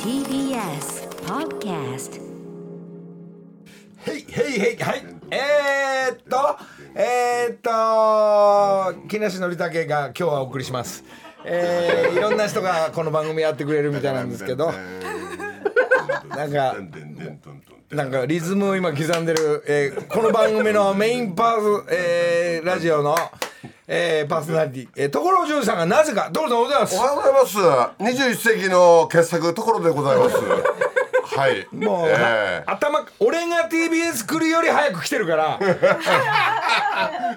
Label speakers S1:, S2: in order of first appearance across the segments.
S1: TBS Podcast
S2: へいへいへいはいえー、っとえー、っと木梨憲武が今日はお送りしますえー、いろんな人がこの番組やってくれるみたいなんですけどなんかなんかリズムを今刻んでる、えーこの番組のメインパーソ、えーラジオの、えーパーソナリティ、えー、所ジョージさんがなぜかどうぞおはようございま
S3: お
S2: す
S3: はようございます。二十一世紀の傑作ところでござ います。はい。
S2: もう、
S3: ええ
S2: 頭俺が TBS 来るより早く来てるから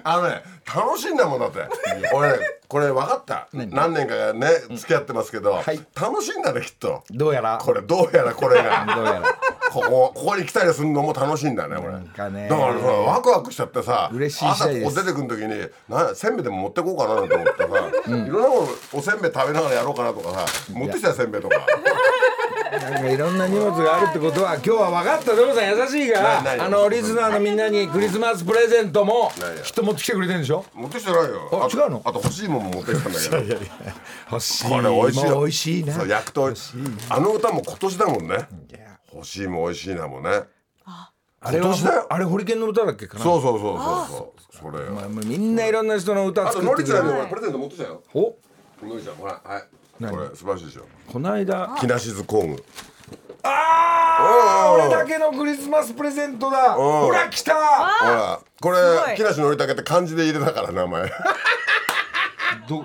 S3: あのね、楽しいんだもんだって。俺ね、これ分かった。何年かね、付き合ってますけど、
S2: い
S3: 楽しいんだね、きっと。
S2: どうやら
S3: これ、どうやらこれ
S2: どう
S3: が。
S2: やら
S3: ここ、ここに来たりするのも楽しいんだね、これ。
S2: んかね
S3: だからさ、ワクワクしちゃってさ、
S2: 嬉しい試合です
S3: 朝ここ出てくる時に、な、せんべいでも持ってこうかなと思ってさ、いろんなもの、おせんべい食べながらやろうかなとかさ、持ってきたよせんべいとか。
S2: なんかいろんな荷物があるってことは今日は分かった所さん優しいから
S3: ないない
S2: あのリスナーのみんなにクリスマスプレゼントも
S3: ないない
S2: きっと持ってきてくれてるんでしょ
S3: 持ってきてないよ。
S2: あ
S3: と
S2: 違うの
S3: あと欲しいもんも持ってきたんだけ ど。
S2: 欲しい
S3: これ美味しいよ
S2: もう美味しいな
S3: そう焼くとあの歌も今年だもんね欲しいも美味しいなもんね
S2: あれ
S3: 今
S2: は
S3: 年だよ
S2: あれホリケンの歌だっけかな
S3: そうそうそうそうそうそれよ
S2: もうみんないろんな人の歌
S3: あ
S2: 作
S3: と
S2: っ
S3: の
S2: て
S3: り
S2: く
S3: ち
S2: れ
S3: ゃ
S2: る
S3: んに俺プレゼント持ってきたよ
S2: お
S3: のりちゃんほらはい
S2: 何
S3: これ素晴らしいでしょ
S2: この間
S3: 木梨図工具
S2: ああ
S3: おうおう
S2: 俺だけのクリスマスプレゼントだ
S3: おう
S2: ほら来た
S3: ほらこ
S4: ご
S3: れ
S4: い
S3: 木梨のりたけって漢字で入れたから 名前ロ
S2: ど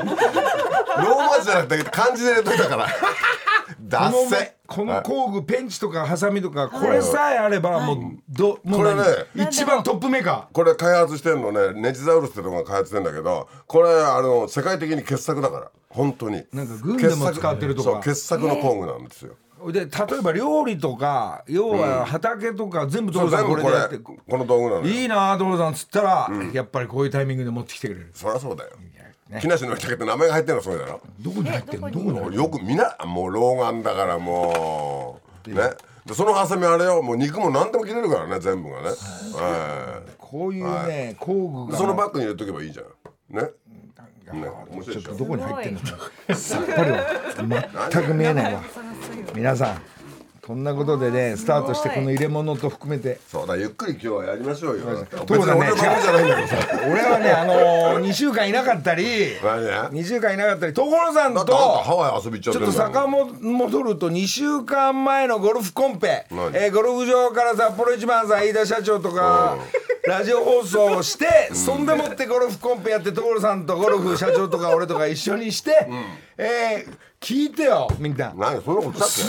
S3: ーマ字じゃなくて漢字で入れといたか ら
S2: こ
S3: ダ
S2: の
S3: ッ
S2: め
S3: セ
S2: この工具ペンチとかハサミとかこれさえあればもうどもう
S3: これね
S2: 何一番トップメーカ
S3: これ開発してんのねネジザウルスってとこが開発してんだけどこれあの世界的に傑作だから本当に
S2: なんか軍でも
S3: 傑作
S2: 使ってるとか
S3: そう傑作の工具なんですよ
S2: ーで例えば料理とか要は畑とか全部
S3: そ
S2: 所
S3: う
S2: さん
S3: 全
S2: これ
S3: 部こ
S2: で
S3: れ
S2: やって
S3: この道具なのよ
S2: いいな所さんっつったらやっぱりこういうタイミングで持ってきてくれる
S3: そりゃそうだよ木梨のりたけって名前が入ってるのそうだろ
S2: どこに入ってんのどこに入ってんの
S3: よくみなもう老眼だからもうねでそのハサミあれよもう肉も何でも切れるからね全部がねはい
S2: こういうね工具が
S3: そのバッグに入れとけばいいじゃんねね面白いでし
S2: ちょ
S3: ょ
S2: っとどこに入ってんのかさっぱりわ全く見えないわ皆さんこんなことでねスタートしてこの入れ物と含めて
S3: そうだゆっくり今日はやりましょうよ別
S2: ところ
S3: に
S2: がね
S3: 俺の番組じゃないんだけどさ
S2: 俺はねあのー2週間いなかったり
S3: 何ね
S2: 2週間 いなかったり所さん
S3: だってあんたハ
S2: と
S3: ワイ遊び行っちゃっ
S2: ち
S3: て
S2: ょっと
S3: んだもん
S2: 坂本戻ると2週間前のゴルフコンペ、
S3: 何
S2: えーゴルフ場から札幌一番さん飯田社長とかラジオ放送をして、そんでもってゴルフコンペやって所さんとゴルフ社長とか俺とか一緒にして、えー聞いてよみんな。
S3: 何そんなことし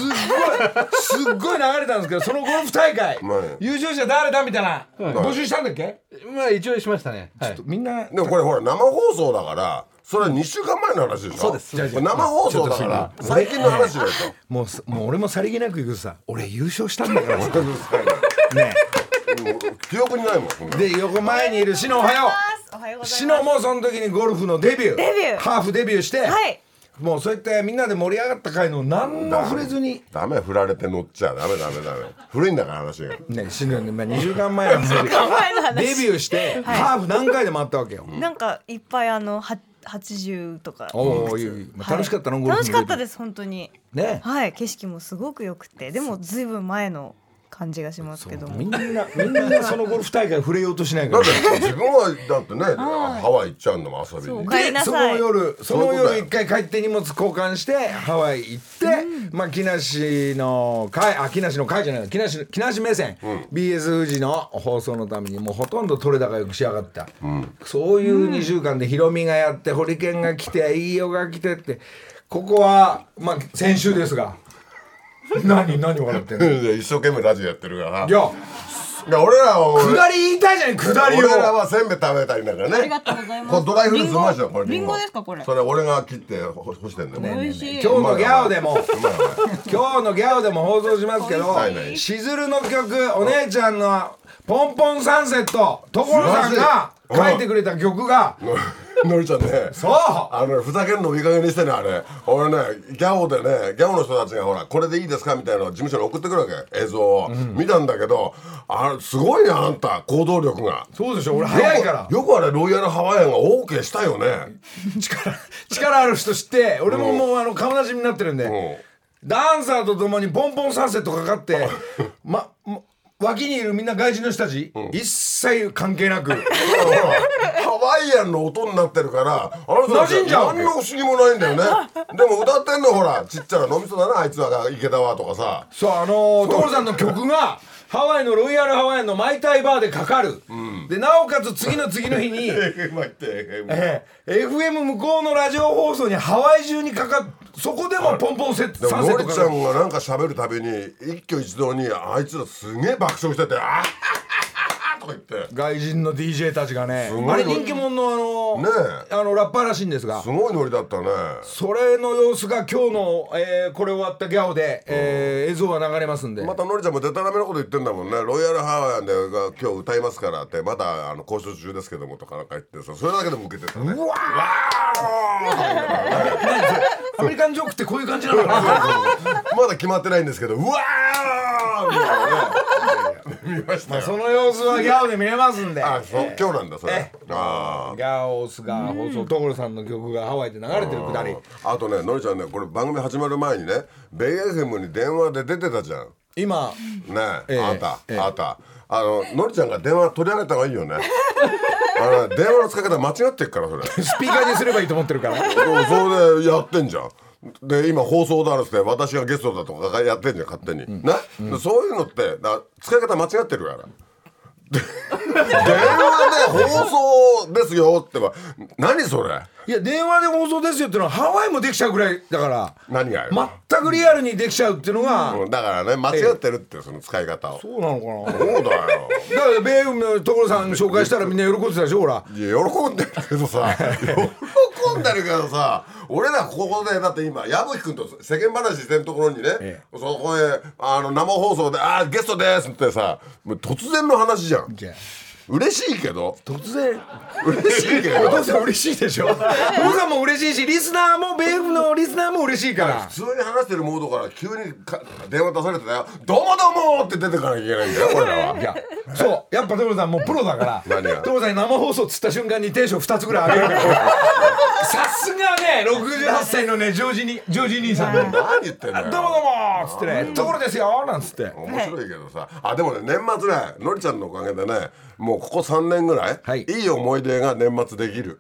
S3: たっけ
S2: すっごいすっごい流れたんですけどそのゴルフ大会
S3: はい
S2: 優勝者誰だみたいな募集したんだっけ
S5: まあ一応しましたね。はい。
S2: みんな
S3: でもこれほら生放送だからそれは2週間前の話でしょそうです生放送だから最近の話だよ
S2: もうすもう俺もさりげなく言うけどさ俺優勝したんだ からさね
S3: と記憶にないもんそんな
S2: で横前にいるシノおはよ
S4: おはようご
S2: う
S4: ざ
S2: シ
S4: いま
S2: ノもその時にゴルフのデビュー
S4: デビュー
S2: ハーフデビューして、
S4: す。はい。
S2: もうそうやってみんなで盛り上がった回の何も触れずに
S3: ダメ振られて乗っちゃダメダメダメ古いんだから話が
S2: ねシノに、まあ、2週間前 なんですけど
S4: 前の
S2: デ
S4: 話。
S2: ビューして、ハーフ何回でもあったわけよ、
S4: なんかいっぱいあのは八十とか。
S2: おおいういうまあ楽しかったの、
S4: はい
S2: ゴルフ
S4: 楽しかったですす本当に。
S2: ね
S4: はい景色もすごく良くてでもずいぶん前の感じがしますけども。
S2: みんなみんなそのゴルフ大会触れようとしないか
S3: だっ
S2: ら
S3: て自分はだってねハワイ行っちゃうんだもん遊び
S4: そ
S3: に
S4: うお
S3: ね
S4: かえ
S2: で
S4: りな
S2: その
S4: さい。
S2: 夜その
S3: そういうことだ
S2: 夜
S3: よ
S2: 一回帰って荷物交換してハワイ行って、まあ木梨の会あ木梨の会じゃないの木梨の木梨目線、BS 富士の放送のためにもうほとんど取れ高よく仕上がった、そういう2週間でヒロミがやってホリケンが来て飯尾が来てってここはまあ先週ですが何何笑ってん のい
S3: で一生懸命ラジオやってるから
S2: や
S3: いや俺らはもう
S2: 下り言いたいじゃん下りを
S3: 俺らはせんべい食べたりなんかねありがとうございますこれドライフルーツうまいでしょこれ
S4: リンゴですかこれ
S3: それ俺が切ってほ干してんだよ美味
S2: 今
S3: し
S2: 日のギャオでも
S3: うまいお前
S2: 今日のギャオでも放送しますけど
S3: はいはい
S2: しずるの曲お姉ちゃんの「ポンポンサンセット」所さんが書いてくれた曲が
S3: のりちゃんね
S2: そう
S3: あのねふざけるのもいい加減にしてねあれ俺ねギャオでねギャオの人たちがほらこれでいいですかみたいなのを事務所に送ってくるわけ映像を、見たんだけどあれすごいねあんた行動力が
S2: そうでしょ俺早いから
S3: よくあれロイヤルハワイアンが OK したよね
S2: 力力ある人知って俺ももうあの顔なじみになってるんで、ダンサーと共にポンポンサンセットかかって、ま、ま脇にいるみんな外人の人たち、一切関係なく
S3: だからほらハワイアンの音になってるからあの人たち
S2: 馴染んじゃうわけ
S3: 何の不思議もないんだよねでも歌ってんのほらちっちゃな脳みそだなあいつは池田はとかさ
S2: そうあのー所さんの曲 がハワイのロイヤルハワイアンのマイタイバーでかかる、でなおかつ次の次の日 にえー FM 向こうのラジオ放送にハワイ中にかかっそこでもポンポンセッ
S3: で
S2: ト
S3: も
S2: サンセ
S3: の
S2: ット
S3: り
S2: か
S3: ち
S2: か
S3: ゃ
S2: る
S3: んがなんか喋るたびに一挙一動にあいつらすげえ爆笑してて「あっはっはっは」とか言って
S2: 外人の DJ たちがね
S3: ごい
S2: あれ人気者のあの,、
S3: ね
S2: あのラッパーらしいんですが
S3: すごいノリだったね
S2: それの様子が今日の、えーこれ終わったギャオで、えー映像が流れますんで、
S3: またのりちゃんもデタラメなこと言ってんだもんね「ロイヤルハワイアンでが今日歌いますから」ってまだあの交渉中ですけどもとかなんか言ってさそれだけでも受けてたねうわー
S2: アメリカンジョークってこういう感じなのかな
S3: まだ決まってないんですけど、うわーみたいなね。見ましたよ。
S2: その様子はギャオで見れますんで
S3: あ、そう、今日なんだ、それ
S2: え。
S3: あ
S2: ギャオスが放送所さんの曲がハワイで流れてるくだり
S3: あ。あとね、のりちゃんね、これ番組始まる前にね、ベイエフムに電話で出てたじゃん。
S2: 今
S3: ね
S2: え
S3: え、あんた
S2: ええ、
S3: あんた。あの、のりちゃんが電話取り上げた方がいいよね。あのね電話の使い方間違ってるから、それ。
S2: スピーカーにすればいいと思ってるから
S3: そうそれでやってんじゃんで今放送だあるっつって私がゲストだとかやってんじゃん勝手に、ね、でそういうのってだ使い方間違ってるからで電話で放送ですよってば何それ
S2: いや電話で放送ですよってのはハワイもできちゃうぐらいだから
S3: 何がよ、
S2: 全くリアルにできちゃうっていうのが、
S3: うんだからね間違ってるってその使い方を、
S2: そうなのかな
S3: そうだよ
S2: だから米軍の所さん紹介したらみんな喜んでたでしょほら
S3: いや喜んでるけどさ喜んでるけどさ俺らここでだって今矢吹君と世間話してるところにね、
S2: え
S3: そこへあの生放送で「あーゲストです」ってさもう突然の話じゃん
S2: じゃあ
S3: 嬉しいけど
S2: 突然
S3: 嬉しいけ
S2: お
S3: ど
S2: 父さん嬉しいでしょ僕はもう嬉しいしリスナーも米軍のリスナーも嬉しいから
S3: 普通に話してるモードから急にか電話出されてたよ「どうもどうも!」って出てかなきゃいけないんだよ俺らは。
S2: いやそうやっぱ所さんもうプロだか
S3: 何
S2: ら
S3: が
S2: 所さんに生放送つった瞬間にテンション2つぐらい上げるから さすがね68歳のねジョージにジョージ兄さんね
S3: 何言ってんだよ
S2: どうもどうもっつってね「ところですよ」なんつって
S3: 面白いけどさ、あでもね年末ねのりちゃんのおかげでねもうここ3年ぐらい、
S2: はい
S3: いい思い出が年末できる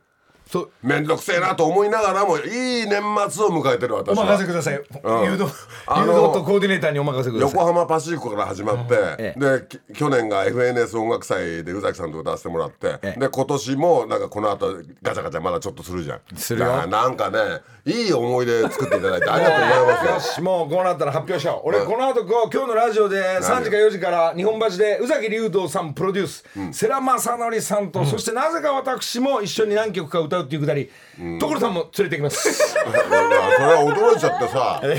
S2: そう
S3: 面倒くせえなと思いながらもいい年末を迎えてる
S2: お
S3: 私
S2: 任
S3: は
S2: せください誘導
S3: ん
S2: 誘導
S3: あの
S2: とコーディネーターにお任せください
S3: 横浜パシフィコから始まって、
S2: ええ
S3: でき去年が FNS 音楽祭で宇崎さんと歌わせてもらって、
S2: ええ
S3: で今年もなんかこの後ガチャガチャまだちょっとするじゃん
S2: するよ
S3: だからなんかねいい思い出作っていただいてありがとうござい
S2: よ
S3: ますよ
S2: しもうこうなったら発表しよう俺この後こう今日のラジオで3時か4時から日本橋で宇崎竜童さんプロデュース、世良正則さんと、そしてなぜか私も一緒に何曲か歌うっていうくだり、所さんも連れてきます
S3: それは驚いちゃってさで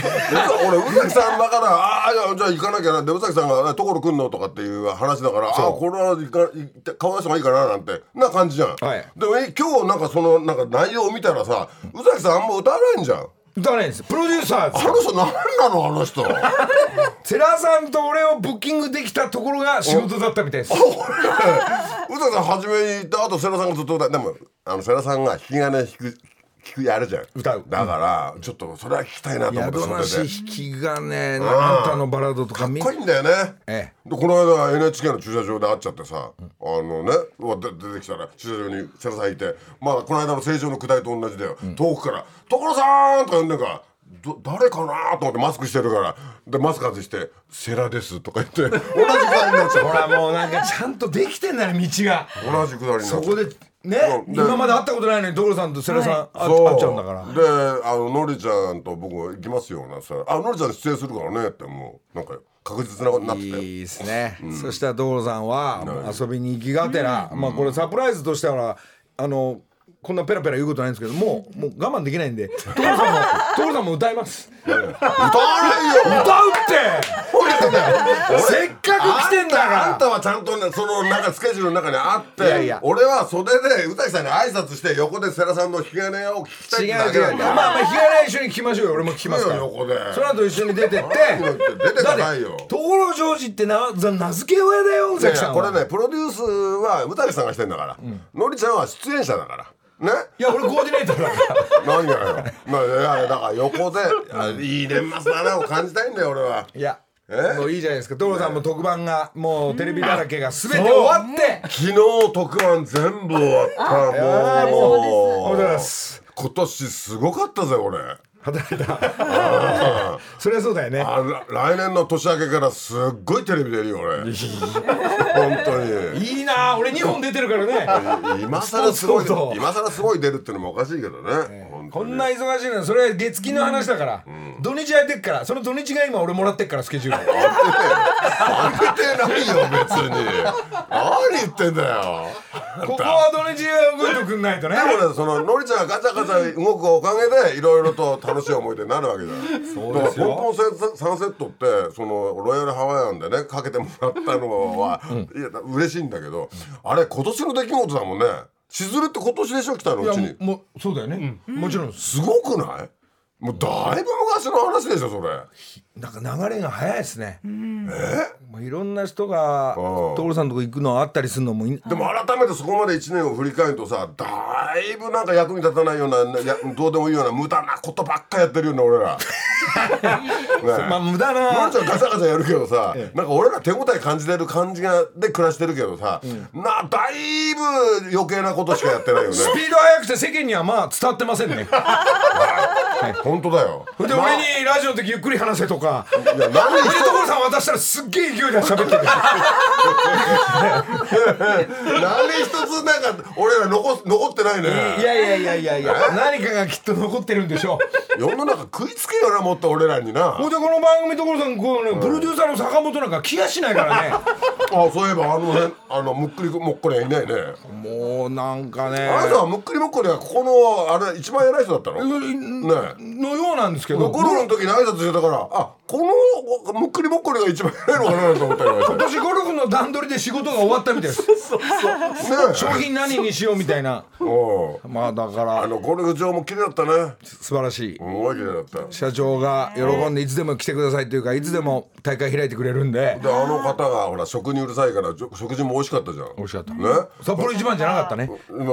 S3: 俺宇崎さんだから「ああじゃあ行かなきゃな」で宇崎さんがあ「所来んの?」とかっていう話だから「ああこれは行か行って顔出した方がいいかな」なんてな感じじゃん、
S2: はい
S3: でもえ今日なんかそのなんか内容を見たらさ宇崎さんあんま歌わないんじゃん
S2: 歌わないんですプロデューサーで
S3: あ
S2: すよ
S3: の人何なのあの人 俺
S2: 世良さんと俺をブッキングできたところが仕事だったみたいです
S3: 宇崎さん初めに行ったあと世良さんがずっと歌うでもあの世良さんが引き金引く聞くやるじゃん
S2: 歌う
S3: だから、ちょっとそれは聞きたいなと思って
S2: 宿な
S3: 袖で
S2: し引きがねあんたのバラードとかみん
S3: かっこいいんだよね、
S2: え
S3: でこの間 NHK の駐車場で会っちゃってさ、あのねうわで出てきたら駐車場に瀬田さんいてまあこの間の成城の下りと同じだよ、遠くから「所さん!」とか呼んでるから。ど誰かなと思ってマスクしてるからでマスク外して「セラです」とか言って 同じくだりになっちゃ
S2: ほ
S3: っ
S2: らもうなんかちゃんとできてんだね道が
S3: た同じくだりになっちゃ
S2: そ
S3: った
S2: こでね
S3: うんで
S2: 今まで会ったことないのに所さんと世良さん、あ
S3: そう
S2: 会っちゃうんだから
S3: であののりちゃんと僕行きますよなんて言ったらあのりちゃん出演するからね」ってもうなんか確実なことになってて
S2: いいですね、そしたら所さんは遊びに行きがてら、まあこれサプライズと してはあのこんなペラペラ言うことないんですけどもうもう我慢できないんで所さんも所さんも歌います
S3: 歌わないよ
S2: 歌うってせっかく来てんだか
S3: あん
S2: ら
S3: たはちゃんとねそのなんかスケジュールの中にあって
S2: いやいや
S3: 俺は袖で宇崎さんに挨拶して横で世良さんの引き金を聞きた
S2: 違う
S3: いだけ
S2: 違
S3: な
S2: うんまあ
S3: だ
S2: まあ日帰り一緒に聞きましょうよ俺も聞きますから
S3: 聞くよ横で
S2: その後一緒に出てって
S3: 出てかないよ
S2: だって所ジョージってなざ名付け親だよ宇崎さん
S3: こ
S2: は
S3: れねプロデュースは宇崎さんがしてんだから、のりちゃんは出演者だからね
S2: いや俺コーディネーターだ から
S3: 何がよ、まあ、いやだから横であいい年末だなを感じたいんだよ俺はい
S2: や
S3: え
S2: もういいじゃないですか所さんも特番がもうテレビだらけが全て終わって
S3: 昨日特番全部終わった
S2: あおめ
S3: もう
S2: でとうございます
S3: 今年すごかったぜ俺
S2: 働いたそりゃそうだよね
S3: あら来年の年明けからすっごいテレビ出るよ俺本当
S2: いいなあ俺2本出てるからね
S3: に今更すごい
S2: スポーツと
S3: 今更すごい出るってのもおかしいけどね本
S2: こ
S3: 当に
S2: んな忙しいのそれ月金の話だから、土日空いてっからその土日が今俺もらってっからスケジュール
S3: 当ててないよ別に何言ってんだよ
S2: ここは土日は動いてくんないとね
S3: でもね、そののりちゃんがガチャガチャ動くおかげでいろいろと楽しい思い出になるわけじゃない
S2: そう
S3: だから
S2: ですよ
S3: ポンポンセサンセットってそのロイヤルハワイアンでねかけてもらったのは、いや嬉しいんだけどあれ今年の出来事だもんねしずるって今年でしょ来たのうち
S2: い
S3: に
S2: やもうそうだよね、もちろんす
S3: すごくないもうだいぶ昔の話でしょそれ
S2: なんか流れが早いですね、もういろんな人が
S3: うん
S2: 所さんのとこ行くのあったりするのもい
S3: でも改めてそこまで1年を振り返るとさだいぶなんか役に立たないようなやどうでもいいような無駄なことばっかやってるよね俺 らねえ
S2: まあ無駄
S3: のり
S2: な
S3: ちゃんガチャガチャやるけどさ、なんか俺ら手応え感じてる感じがで暮らしてるけどさ、なだいぶ余計なことしかやってない よね
S2: スピード速くて世間にはまあ伝わって ませんね
S3: 本当だよ
S2: で
S3: な
S2: 俺にラジオの時ゆっくり話せとか
S3: いや何
S2: で所さん渡したらすっげえ勢いで喋ってる
S3: 何一つなんか俺ら残す残ってない
S2: い
S3: ね
S2: やいやいやいやいや何かがきっと残ってるんでしょう
S3: 世の中食いつけよなもっと俺らに な
S2: ほんでこの番組所さんこうね、プロデューサーの坂本なんか気がしないからね
S3: あそういえばあの辺あのむっくりもっこりはいないね、
S2: もうなんかね
S3: あなたはむっくりもっこりはここのあれ一番偉い人だったのねえ
S2: のようなんですけど
S3: ゴルフの時に挨拶してたからあこのむっくりもっこりが一番偉いのかなと思ったよね
S2: 今年ゴルフの段取りで仕事が終わったみたいです
S3: え
S2: 商品何にしようみたいな
S3: お
S2: まあだか
S3: あ
S2: ら
S3: のゴルフ場も綺麗だったね
S2: 素晴らしい
S3: すごい綺麗だったで
S2: 社長が喜んでいつでも来てくださいというかいつでも大会開いてくれるんで
S3: あの方がほら食にうるさいからじょ食事も美味しかったじゃん
S2: 美味しかった
S3: ね
S2: 札幌一番じゃなかったね
S3: ま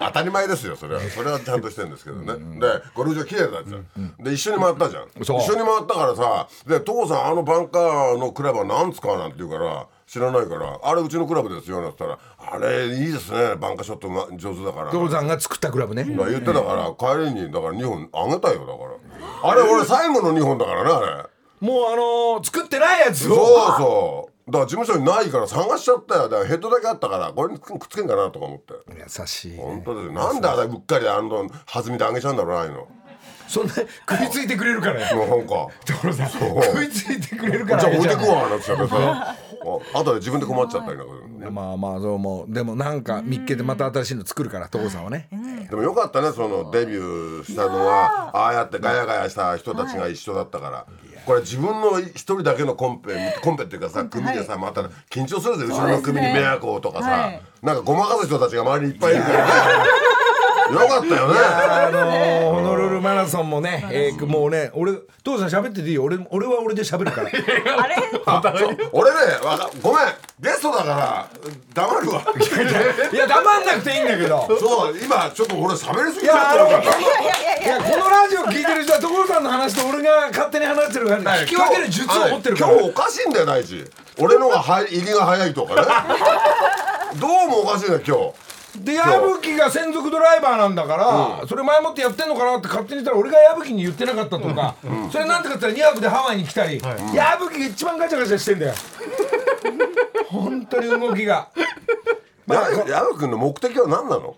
S3: あ 当たり前ですよそれはそれはちゃんとしてるんですけどねでゴルフ場綺麗だったじゃん、で一緒に回ったじゃん一
S2: そ
S3: 緒
S2: う
S3: に回ったからさ「で父さんあのバンカーのクラブは何ですか?」なんて言うから知らないから「あれうちのクラブですよ」なんて言ったら「あれいいですねバンカーショットうま上手だから」
S2: 所さんが作ったクラブね
S3: まあ言ってたから帰りにだから2本あげたよだからあれ俺最後の2本だからねあれ
S2: もうあのー作ってないやつ
S3: そう
S2: を
S3: そうだから事務所にないから探しちゃったよだからヘッドだけあったからこれにくっつけんかなとか思って
S2: 優しい
S3: 本当ですよなんであれうっかりあの弾みであげちゃうんだろうなああいうの
S2: そんな食いついてくれるからよ
S3: もうなんか
S2: 所さん
S3: そう
S2: 食いついてくれる
S3: じ
S2: か
S3: ゃ
S2: ら
S3: あ置いて
S2: あ
S3: く
S2: げちゃう
S3: わなんて言ってさあとで自分で困っちゃったりなんかするのね
S2: まあまあそう思うでもなんか見っけてまた新しいの作るから所さんはね
S3: でもよかったねそのデビューしたのはああやってガヤガヤした人たちが一緒だったからこれ自分の一人だけのコンペコンペっていうかさ組でさまた緊張するぜ後ろの組に迷惑をとかさなんかごまかす人たちが周りにいっぱいいるからねよかったよね
S2: あのー、ホノルルマラソンもね、えー、もうね、俺、父さん喋ってていいよ、俺、俺は俺で喋るから。
S4: あれ
S3: あそう俺ねわかごめんゲストだから黙るわ
S2: いや、黙んなくていいんだけど。
S3: そう今ちょっと俺喋りすぎ
S2: い
S3: ちゃ
S2: や、
S3: っ
S2: あ
S3: た
S2: の、
S3: の
S2: こ
S3: かな
S2: のいや、このラジオ聞いてる人は、所さんの話と俺が勝手に話してるから、聞き分ける術を持ってるから。
S3: はい今日おかしいんだよ大地俺のが入り入りが早いと かねどうもおかしいんだよ今日
S2: で、矢吹が専属ドライバーなんだから、それ前もってやってんのかなって勝手に言ったら、俺が矢吹に言ってなかったとか、それなんてかって言ったら2泊でハワイに来たり、矢吹が一番ガチャガチャしてんだよ。本当に動きが。まあ
S3: や矢野君の目的は何 なの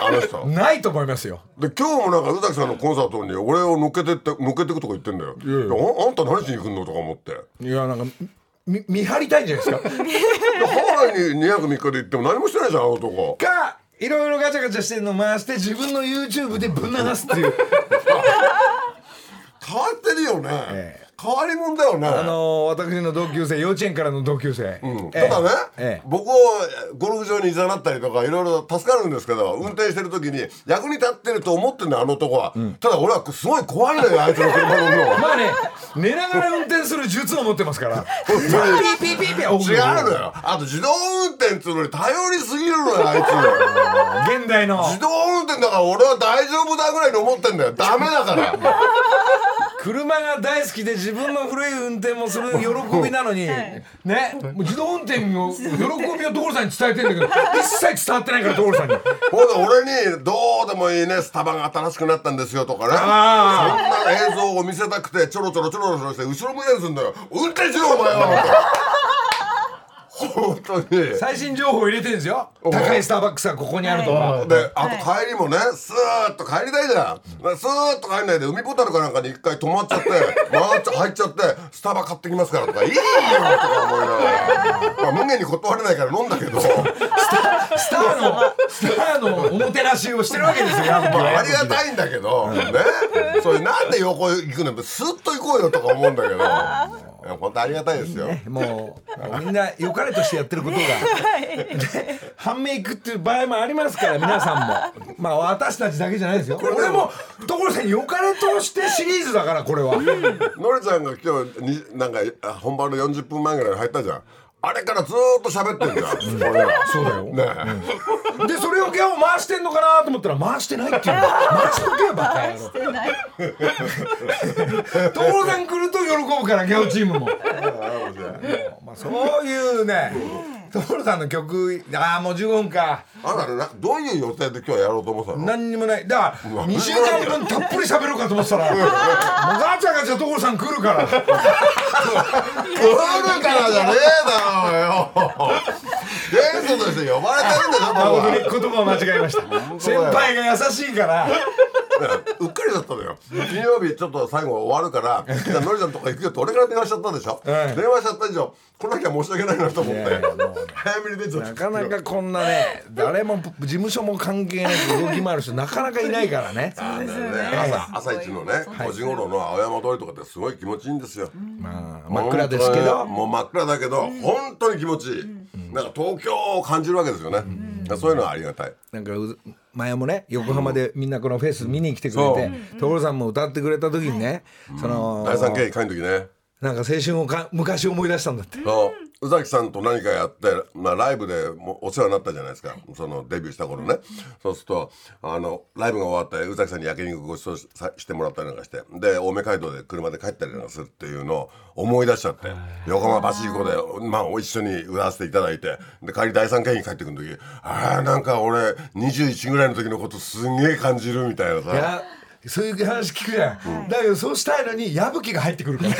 S3: あの人
S2: ないと思いますよ。
S3: で今日もなんか宇崎さんのコンサートに俺を乗っけてって乗っけてくとか言ってんだよいやああんた何しに行くのとか思ってで
S2: いやなんかみ見張りたいんじゃないです か
S3: ハワイに2泊3日で行っても何もしてないじゃんあの男
S2: かいろいろガチャガチャしてるの回して自分の YouTube でぶん流すっていう
S3: ね、変わり者だよね、
S2: あのー私の同級生幼稚園からの同級生、
S3: うん
S2: ええ
S3: ただね、
S2: ええ
S3: 僕をゴルフ場にいざなったりとかいろいろ助かるんですけど運転してる時に役に立ってると思ってんだよあの男は、ただ俺はすごい怖いのよあいつの車乗る の
S2: まあね寝ながら運転する術を持ってますから
S3: 本当に
S2: ピーピーピーピー
S3: 違うのよあと自動運転っつうのに頼りすぎるのよあい つ
S2: 現代の
S3: 自動運転だから俺は大丈夫だぐらいに思ってんだよダメだから
S2: 車が大好きで自分の古い運転もす る喜びなのに、ねもう自動運転を喜びを所さんに伝えてんだけど一切伝わってないから所さんに
S3: ほんで俺に「どうでもいいねスタバが新しくなったんですよ」とかねそんな映像を見せたくてちょろちょろちょろちょろして後ろ向いたりするんだよ運転しろお前は本当にで
S2: 最新情報を入れてるんですよ高いスターバックスがここにあるとか、
S3: あと帰りもねスーッと帰りたいじゃんスーッと帰んないで海ボタルかなんかに一回止まっちゃって回っちゃ入っちゃってスタバ買ってきますからとか「いいよ」とか思いながら、まあ、無限に断れないから飲んだけど
S2: スターのスターのおもてなしをしてるわけですよやっぱ
S3: まあ、ありがたいんだけど、ね、それなんで横行くのスッと行こうよとか 思うんだけどいや本当ありがたいですよ。
S2: もうみんな良かれとしてやってることが、で半目いくっていう場合もありますから皆 さんもまあ私たちだけじゃないですよ俺も所さん良かれとしてシリーズだからこれは
S3: のりちゃんが今日になんかあ本番の40分前ぐらいに入ったじゃんあれからずーっと喋ってんじゃん俺ら
S2: そうだよ
S3: ね
S2: でそれをギャオ回してんのかなと思ったら回してないっていうの回しとけよバカ野郎
S4: してない
S2: 所さん来ると喜ぶからギャオチームもまあそういうね所さんの曲ああもう15分か
S3: あららどういう予定で今日やろうと思ってたの
S2: 何にもないだか
S3: う
S2: ら
S3: わ
S2: 2週間分たっぷり喋ろうかと思ってたらもうガチャガチャ所さん来るから
S3: 来るからじゃねえ だろうよゲストとして呼ばれてるんだぞ僕
S2: 誠に
S3: は
S2: 言葉を間違えました先輩が優しいから
S3: うっかりだったのよ金曜日ちょっと最後終わるから「じゃあのりちゃんとか行くよ」って俺から電話しちゃったでしょ、
S2: ええ
S3: 電話しちゃった以上来なきゃ申し訳ないなと思って
S2: いやいやもう
S3: 早めに出ちゃった
S2: なかなかこんなね誰も事務所も関係なく動き回る人なかなかいないからね
S3: あのね朝朝一のね5時頃の青山通りとかってすごい気持ちいいんですよ、
S2: まあ真っ暗ですけ
S3: 本当
S2: ど
S3: にもう真っ暗だけど、本当に気持ちいい、なんか東京を感じるわけですよね、そういうのはありがたい
S2: なんかう前もね横浜でみんなこのフェス見に来てくれて所さんも歌ってくれた時にねその
S3: 第三経緯会の時ね
S2: なんか青春をか昔思い出したんだって
S3: そう宇崎さんと何かやって、まあ、ライブでもお世話になったじゃないですかそのデビューした頃ねそうするとあのライブが終わって宇崎さんに焼肉ごちそうしさしてもらったりなんかしてで青梅街道で車で帰ったりなんかするっていうのを思い出しちゃって横浜バシコで、まあ、一緒に売らせていただいてで帰り第三県に帰ってくる時ああなんか俺21ぐらいの時のことすんげえ感じるみたいなさ。
S2: いやそういう話聞くじゃん、だけどそうしたいのに矢吹が入ってく るから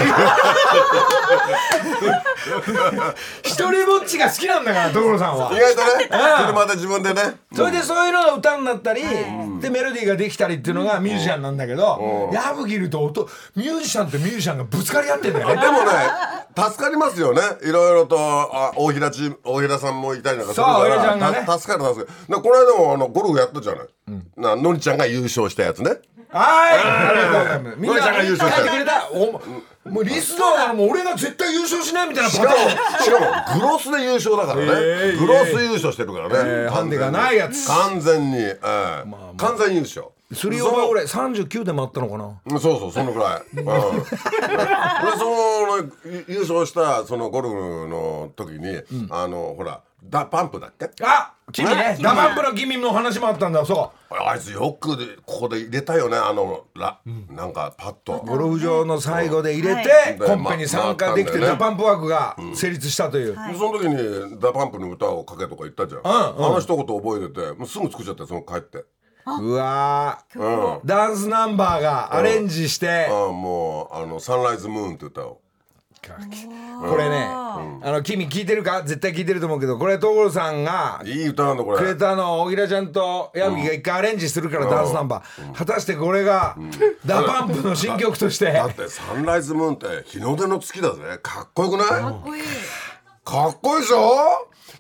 S2: 一人ぼっちが好きなんだから所さんは
S3: 意外とね車で自分でね
S2: それでそういうのが歌になったり、でメロディーができたりっていうのがミュージシャンなんだけど、矢吹いると音ミュージシャンとミュージシャンがぶつかり合ってんだよね
S3: でもね、助かりますよね。いろいろと、あ、大平ち、大平さんもいたりなんかするから。
S2: そう大平ちゃんがね
S3: た助かる、助かる。なこの間も、あの、ゴルフやったじゃない。な、のりちゃんが優勝したやつね。
S2: はいありがとうございますみんな
S3: のりちゃんが優勝した
S2: 書いてくれたおもうリスナーならもう俺が絶対優勝しないみたいなパ
S3: し
S2: タ
S3: か
S2: ーン
S3: も、しかも、グロスで優勝だからね。
S2: えー
S3: グロス優勝してるからね。
S2: えーハンデがないやつ
S3: 完全に、ええ完全優勝。
S2: スリーオーバーぐらい39でもあったのかな
S3: うんそうそうそのくらい。うん、 でそのゆ優勝したそのゴルフの時に、あのほらダパンプだっけ？
S2: あ君ねダバンプの君の話もあったんだそ
S3: あいつよくでここで入れたよねあのラ、なんかパッと
S2: うゴルフ場の最後で入れて
S3: はい
S2: コンペに参加できて
S3: まあ
S2: ダバンプワークが成立したという
S3: その時に「ダパンプの歌をかけ」とか言ったじゃん、あの一言覚えててもうすぐ作っちゃってその帰って
S2: うわー
S3: うんあ
S2: ダンスナンバーがアレンジして
S3: あもうあの「サンライズムーン」って歌を
S2: これねあの君聞いてるか絶対聞いてると思うけどこれ所さんが
S3: いい歌なんだこ
S2: く
S3: れ
S2: れたのを大平ちゃんと矢吹が一回アレンジするからダンスナンバー果たしてこれがダパンプの新曲として
S3: だって「サンライズムーン」って日の出の月だぜかっこよくない
S4: かっこいい
S3: かっこいいでしょ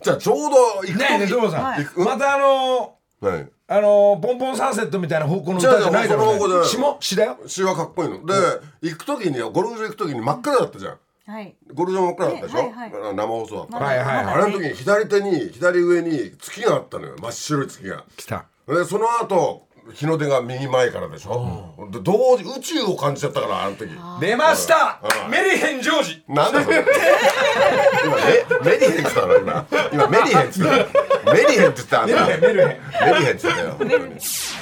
S3: じゃあちょうど行く時
S2: ねえねえ所さん
S3: 行く
S2: またあの
S3: うはい
S2: あのーポンポンサンセットみたいな方向の歌じゃないだ
S3: 違う違うその方向じゃ
S2: ろ
S3: ない
S2: 詩も詩だよ
S3: 詩はかっこいいので行く時にゴルフ場行く時に真っ暗だったじゃん
S4: はい。
S3: ゴルフ場真っ暗だったでしょ、
S4: ねはいは
S3: 生放送だったから、
S2: はいはい
S3: あれの時に左手に左上に月があったのよ真っ白い月が
S2: 来た
S3: でその後日の出が右前からでしょ、で同時宇宙を感じちゃったからあの時
S2: 出ました
S3: うん
S2: メリヘンジョージ
S3: なんだそれ今メメリヘンっつったの今今メリヘンっつったのメリヘンっつったのメリヘンメリヘンっつったよ本当に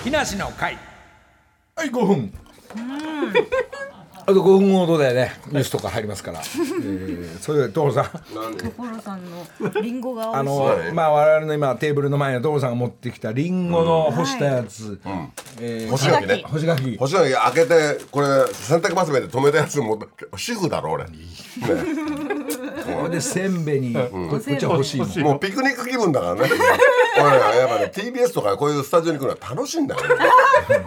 S2: 木梨の会はい5分あと5分ほどでねニュースとか入りますから、えー、それで所さん
S3: なんで
S4: 所さんのリンゴが美
S2: あ
S4: 味しい。
S2: の、まあ我々の今テーブルの前に所さんが持ってきたリンゴの干したやつ、えー
S3: 干し柿ね
S2: 干し柿
S3: 星野家開けてこれ洗濯バス目で止めたやつも主婦だろ俺、ね、
S2: これでせんべいに、こっちは欲しいもん
S3: もうピクニック気分 だからね俺やっぱね TBS とかこういうスタジオに来るのは楽しいんだから、ね、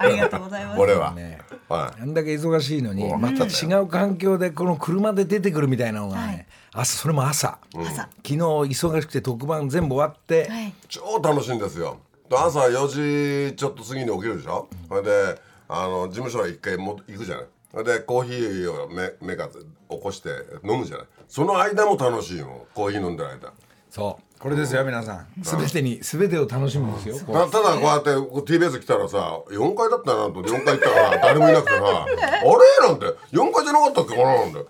S4: ありがとうございます。
S3: 俺は、
S2: ね
S3: は
S2: あんだけ忙しいのにまた違う環境でこの車で出てくるみたいなのがね、朝それも朝、
S4: 朝
S2: 昨日忙しくて特番全部終わって、
S4: はい。
S3: い、超楽しいんですよ朝4時ちょっと過ぎに起きるでしょそれであの事務所へ一回も行くじゃないそれでコーヒーを目目が起こして飲むじゃないその間も楽しいもんコーヒー飲んでる間
S2: そうこれですよ皆さん全てに全てを楽しむんですよ、こう
S3: たただこうやって TBS 来たらさ4階だったなと思って4階行った ら誰もいなくてさあれなんて4階じゃなかったっけかななんてで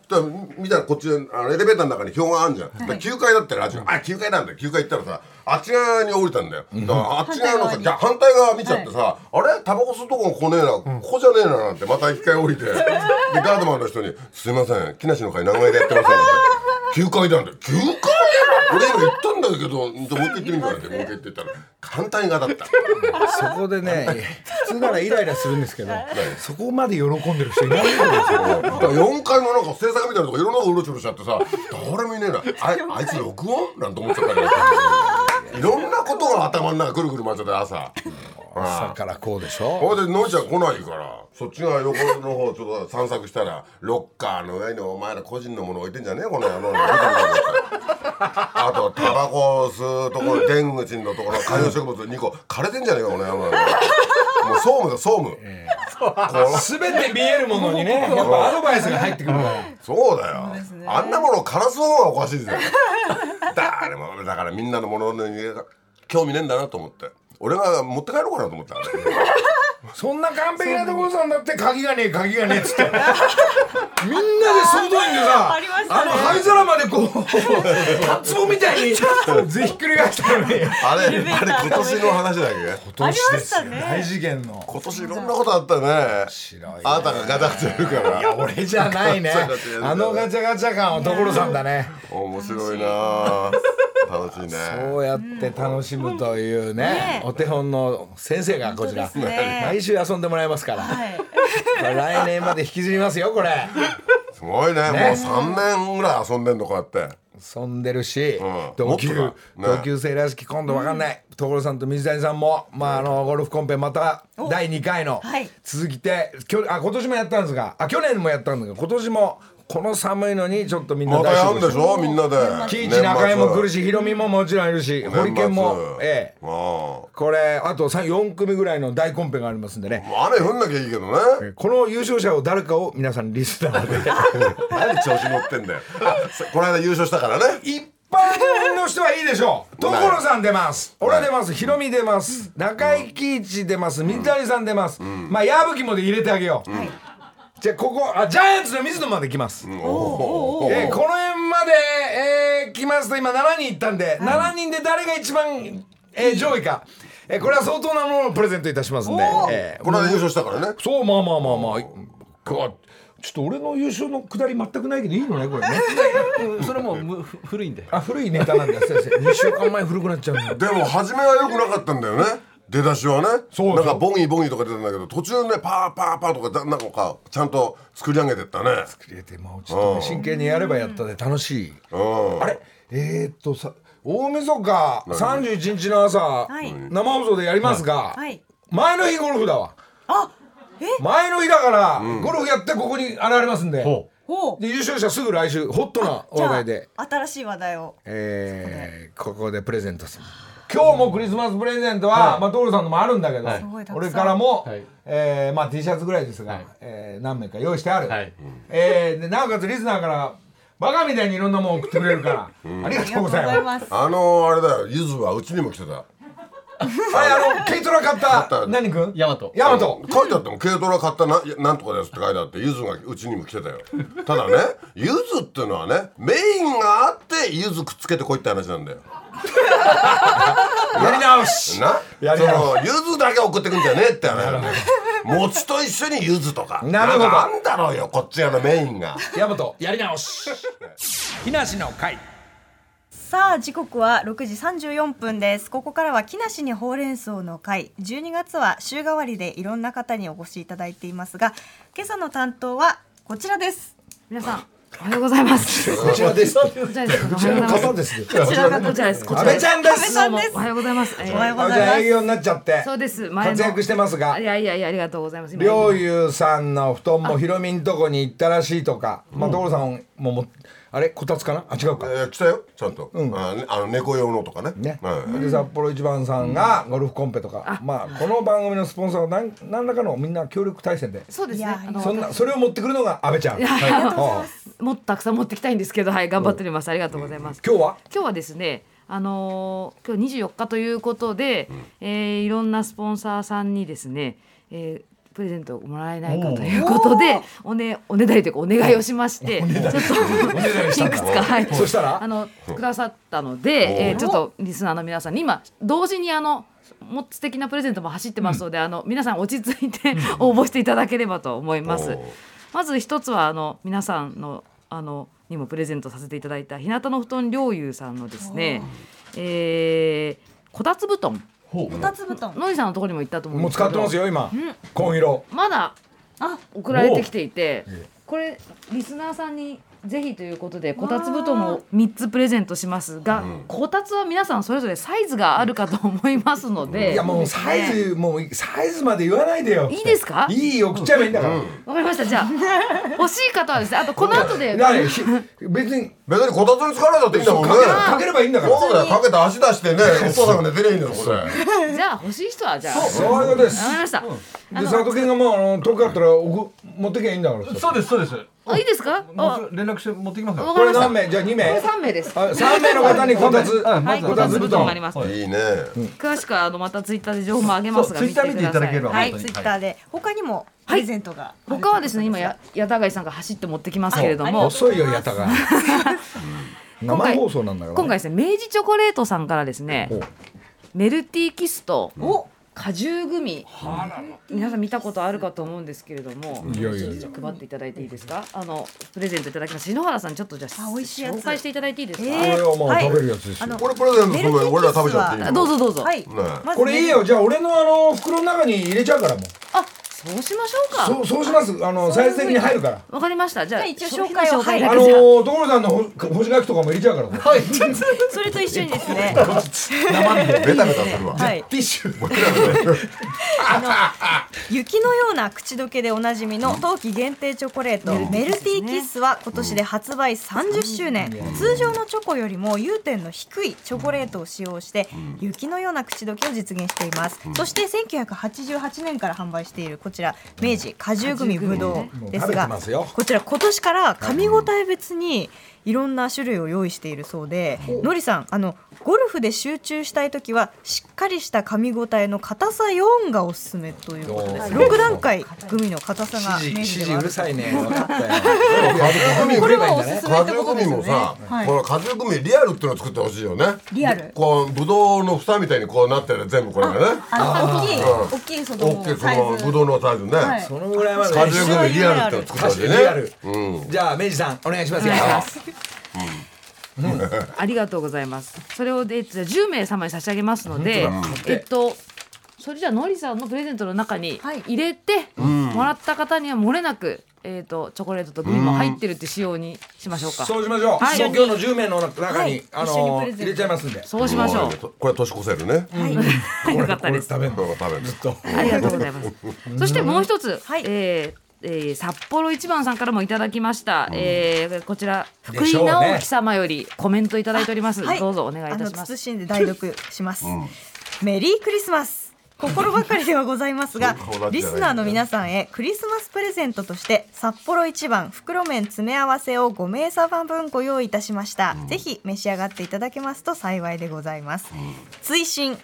S3: 見たらこっちであのエレベーターの中に表があるじゃん、だから9階だったらあっちがあ9階なんだよ9階行ったらさあっち側に降りたんだよだからあっち側のさ
S4: 反対側に
S3: 逆反対側見ちゃってさ、あれタバコ吸うとこもこねえな、ここじゃねえななんてまた一回降 りてでガードマンの人に「すいません木梨の会何階でやってません」って9階 なんだよ9階俺今言ったんだけど、もう一回行ってみるからって、もう一回行ってったら、反対側だった。
S2: そこでね普通ならイライラするんですけどそこまで喜んでる人いないよ
S3: だから4階のなんか制作みたいなとこいろんなとこうろちょろしちゃってさ誰もいねえなあいあいつ録音なんて思っちゃった からいろんなことが頭の中くるくる回っちゃって朝
S2: 朝からこうでしょ
S3: ほいでのんちゃん来ないからそっち側横の方ちょっと散策したらロッカーの上にお前ら個人のもの置いてんじゃねえこの野郎見てみたいなあとタバコを吸うところ出口のところ観葉植物2個枯れてんじゃねえかこの野郎もう総務だ総務、
S2: 全て見えるものにねやっぱアドバイスが入ってくるから
S3: そうだよ。あんなものを枯らす方がおかしいですよ。誰も、だからみんなのものに興味ねえんだなと思って。俺が持って帰ろうかなと思った。
S2: そんな完璧なところさんだって鍵がねえ鍵がねえっつってみ んなで総動員でさあ,、
S4: ありましたね
S2: の灰皿までこ うタツボみたいにぜひっくり返したのに
S3: あれ、あれ今年の話だっけ
S4: ありました
S2: 大
S4: ね。
S2: 次元の
S3: 今年いろんなことあったね。
S2: 白い
S3: あなたがガタガタやるから。
S2: 俺じゃないね
S3: ガチャガチャやる
S2: あのガチャガチャ感は所さんだね
S3: 面白いな。楽しいね。
S2: そうやって楽しむというね,、
S4: ね
S2: お手本の先生がこちら、
S4: 本当ですね
S2: 毎週遊んでもらいますから、
S4: はい。
S2: これ来年まで引きずりますよこれ
S3: すごいね。もう3年ぐらい遊んでんの、こうやって。
S2: 遊んでるし、
S3: ん
S2: 同級、
S3: もっとだね
S2: 同級生らしき今度わかんない、所さんと水谷さんも、まあ、あのゴルフコンペまた第2回の
S4: はい
S2: 続きで、きょあ今年もやったんですがあ去年もやったんですが今年もこの寒いのにちょっとみんな
S3: また
S2: 大丈
S3: やるん
S2: 夫
S3: でしょみんなで。
S2: 喜一中江も来る
S3: し。
S2: しヒロミももちろんいるし堀健もええ
S3: え。も
S2: これあとさ4組ぐらいの大コンペがありますんでね
S3: う雨降んなきゃいいけどね。
S2: この優勝者を誰かを皆さんリスナーで
S3: 何調子乗ってんだよ あそこの間優勝したからね
S2: 一般の人はいいでしょ う所さん出ます俺出ますヒロミ出ます中井貴一出ます水谷さん出ますまあ矢吹もで入れてあげようじゃあここあジャイアンツの水野まで来ます
S3: お
S2: えーこの辺まで、えー来ますと今7人いったんで、7人で誰が一番、えー上位か、えーこれは相当なものをプレゼントいたしますんで、えー
S3: この間優勝したからね
S2: そうまあまあまあまあくわちょっと俺の優勝のくだり全くないけどいいのねこれ ね
S5: それもうむふ古いんで。
S2: あ古いネタなんだ先生2週 間前古くなっちゃうんだ
S3: でも初めは良くなかったんだよね出だしはね
S2: そうそう
S3: なんかボギーボギーとか出たんだけど途中ねパーパーパーとかだなんかちゃんと作り上げてったね
S2: 入れてまあちょっとね真剣にやればやったで楽しい
S3: うん
S2: あれえー、っとさ大晦日三31日の朝、
S4: い
S2: 生放送でやりますが、
S4: はいはい
S2: 前の日ゴルフだわ
S4: あ、
S2: 前の日だから、ゴルフやってここに現れますんで
S5: ほ
S4: ほう。
S2: で優勝者すぐ来週ホットなお
S4: じ
S2: 話
S4: ゃ
S2: 題で、
S4: あ新しい話題を。
S2: えーここでプレゼントする今日もクリスマスプレゼントは、まあ、トールさんのもあるんだけど、
S5: はい
S4: ごいたくさん
S2: 俺からも、
S5: はい
S2: えーまあ、T シャツぐらいですが、
S5: はい
S2: えー何名か用意してある、
S5: はい
S2: えーでなおかつリスナーからバカみたいにいろんなもん送ってくれるから、ありがと
S4: ありが
S2: う
S4: と
S2: ご
S4: うご
S2: ざい
S4: ざい
S2: ます。
S4: ます。
S3: あのあれだよゆずはうちにも来てた
S2: はい、あの、軽トラ買った、
S3: 買った
S2: 何君
S5: ヤマト
S2: ヤマト。
S3: 書いてあっても軽トラ買ったななんとかですって書いてあってゆずがうちにも来 てたよただねゆずっていうのはねメインがあってゆずくっつけてこいって話なんだよ
S2: やり直し
S3: な
S2: やり
S3: そ
S2: 直
S3: のゆずだけ送ってくんじゃねえって話 なんだよ餅と一緒にゆずとか
S2: なるほど
S3: んかあんだろうよこっち側のメイ ンが
S2: ヤマト、やり直し。木梨の会。
S4: さあ時刻は6時34分ですここからは木梨にほうれん草の会12月は週替わりでいろんな方にお越しいただいていますが今朝の担当はこちらです
S6: 皆さん、おはようございま す。こ
S2: こちらです。こ
S6: ちらです。おはようございます。
S2: です。
S6: こちらがこちらです。こ
S2: 阿
S6: ち
S2: 部
S6: ら
S2: ち
S6: です。
S2: ゃんで
S4: 阿部
S2: す。
S4: さんです
S6: おはようございます。えー
S4: おはようご
S2: あじ
S4: ざい
S2: ゃ
S4: ま
S2: あ
S4: す
S2: 営業になっちゃって。
S6: そうです。前の
S2: 活躍してますが
S6: い。やいやいや、ありがとうございます。今
S2: りょうゆうさんの布団もひろみんとこに行ったらしいとか、まあ所さんももあれこたつかなあ違う
S3: え
S2: か、
S3: ー来たよちゃんと、ああの猫用のとかね
S2: ね
S3: はい
S2: で札幌一番さんがゴルフコンペとか、まあこの番組のスポンサーが何何らかのみんな協力対戦で
S6: そうですね。
S4: いや
S6: あの
S2: そんなそれを持ってくるのが阿部ちゃん、はい
S6: もっとたくさん持ってきたいんですけど、はい、頑張っております。ありがとうございます。
S2: 今日は
S6: 今日はですね、あのー今日24日ということで、えーいろんなスポンサーさんにですね、えープレゼントをもらえないかということで、おね、おねだりというか、お願いをしまして、ちょっと、いくつか、はい。
S2: そしたら
S6: あのくださったので、えーちょっとリスナーの皆さんに今同時にあのもっと素敵なプレゼントも走ってますので、あの皆さん落ち着いて 応募していただければと思います。
S3: おー
S6: まず一つはあの皆さんのあのにもプレゼントさせていただいた日向の布団良友さんのですね、えー、こたつ布団
S4: こたつ布団
S6: のりさんのところにも行ったと思うん
S2: もう
S6: ですけ
S2: 使
S6: ど
S2: ってますよ今、紺色
S6: まだあ送られてきていてこれリスナーさんにぜひということでこたつ布団を3つプレゼントしますが、こたつは皆さんそれぞれサイズがあるかと思いますので、
S2: いやもうサイズ、もうサイズまで言わないでよ
S6: いいですか
S2: いいよ送っちゃえばいいんだから、
S6: わかりましたじゃあ 欲しい方はですねあとこの後で
S2: だからひ別に
S3: 別にこたつに疲れたっていいんだもんね
S2: かけかければいいんだから
S3: そうだよ、かけて足出 してね、お父さんが寝てりゃいいんだよ、これ。
S6: じゃあ欲しい人はじゃあわ
S2: そういうことです
S6: かりました、あ
S2: で
S6: の
S2: 佐藤健がもうあの遠くだったらおく持ってきゃいいんだからさ
S5: そうですそうです。
S6: あいいですかあわ
S5: 僕連絡して持ってきますよ。
S6: か
S2: こ
S6: り
S2: れ
S6: ました
S2: 何
S6: これ
S2: 名じゃあ2名
S6: 3名です
S2: あ3名の方にこたつ
S5: はいま
S6: はい
S5: ず
S6: こたつ布団があります、
S5: はい
S3: いいね。
S6: 詳しくはあのまたツイッターで情報も上げますが
S5: そう
S6: 見てください
S5: ツイッター見ていただければ
S4: は
S5: 本
S4: い
S5: 当に
S4: ツイッターで他にもプレゼントがあると
S6: 他はですね今や矢田貝さんが走って持ってきますけれども
S2: 遅いよやたが
S6: 今
S2: 生
S6: 回
S2: 放送なんだから
S6: 今回ですね明治チョコレートさんからですね
S2: お
S6: メルティーキスと果汁グミ皆さん見たことあるかと思うんですけれども
S2: いやいやいや
S6: ちょっと配っていただいていいですかあのプレゼントいただきます篠原さんちょっとじゃあ
S4: あ美味しいやつ
S6: 紹介していただいていいですか、
S4: え
S2: これはもう食べるやつですよ
S4: あの
S3: これプレゼントする前に俺ら食べちゃっていい
S6: あ
S3: の
S6: どうぞどうぞ、
S4: はいまずね
S2: これいいよじゃあ俺のあの袋の中に入れちゃうからもう
S6: あそうしましょうか
S2: そうそうしますあのサイズ的に入るから
S6: わかりましたじゃあ
S4: じゃあ一応紹介を
S6: 商品の紹介だ
S2: あ
S6: け
S2: の
S6: じゃあ
S2: ー所さんのほ干し柿とかも入れちゃうからこれ
S6: それと一緒にですね
S3: ベタベタするわ。
S4: はい
S2: ティッシュ
S4: 雪のような口どけでおなじみの冬季限定チョコレートメルティーキッスは今年で発売30周年通常のチョコよりも融点の低いチョコレートを使用して雪のような口どけを実現していますそして1988年から販売しているこちら明治果汁グミぶどうです
S2: もう食べて
S4: が
S2: ますよ
S4: こちら今年から噛み応え別にいろんな種類を用意しているそうでのりさんあのゴルフで集中したい時はしっかりした噛み応えの硬さ4がおすすめということです
S2: お
S4: 6段階グミの硬さが
S2: 指
S4: 明
S2: 示
S4: 示
S2: 指示
S4: ではあ
S2: うる
S4: る
S2: さいね分かったよ
S3: 果汁
S4: こ
S3: グ
S4: れ
S3: ミ
S4: はおすすめっ
S3: 果
S4: て
S3: 汁
S4: こと
S3: グミ
S4: ですよ
S3: も
S4: ね
S3: さ、この果汁グミリアルっていうのを作ってほしいよね。
S4: リアル
S3: こうぶどうの房みたいにこうなってる全部これがね。
S4: あの大きい
S3: うん
S4: 大きいその
S3: 大きいそ
S4: サ
S3: の
S4: イ
S3: ぶ
S4: ズ
S3: どうのサイズね。
S4: はい
S2: そのぐらいまで
S3: 果汁グミリアルっていうのを作ってほしいね。
S2: リアル
S3: うん。
S2: じゃあ明治さんお願いしますよ
S6: お願いしますありがとうございます。それをでじゃあ10名様に差し上げますので、えっとそれじゃあのりさんのプレゼントの中に
S4: はい
S6: 入れてもらった方には漏れなく、えっとチョコレートとグミも入ってるって仕様にしましょうか。
S2: そうしましょう。
S6: はい
S2: もう今日の10名の中
S4: は
S2: に
S4: い、
S2: あ
S4: 一緒
S2: の
S4: にプレゼント
S2: 入れちゃいますんで。
S6: そうしましょう。
S3: これ年越せるね。
S6: よかったです。
S3: 食べる。食べる。
S6: ありがとうございます。そしてもう一つ、
S4: はい
S6: えーえー札幌一番さんからもいただきました、えーこちら福
S2: でしょ
S6: 井
S2: うね
S6: 直樹様よりコメントいただいております、
S4: はい
S6: どうぞお願いいたし
S4: あ
S6: ま
S4: の
S6: す
S4: 慎んで代読します、メリークリスマス心ばかりではございますが
S3: そういう顔だったじゃない
S4: リスナーの皆さんへクリスマスプレゼントとして札幌一番袋麺詰め合わせを5名様分ご用意いたしました、ぜひ召し上がっていただけますと幸いでございます、追伸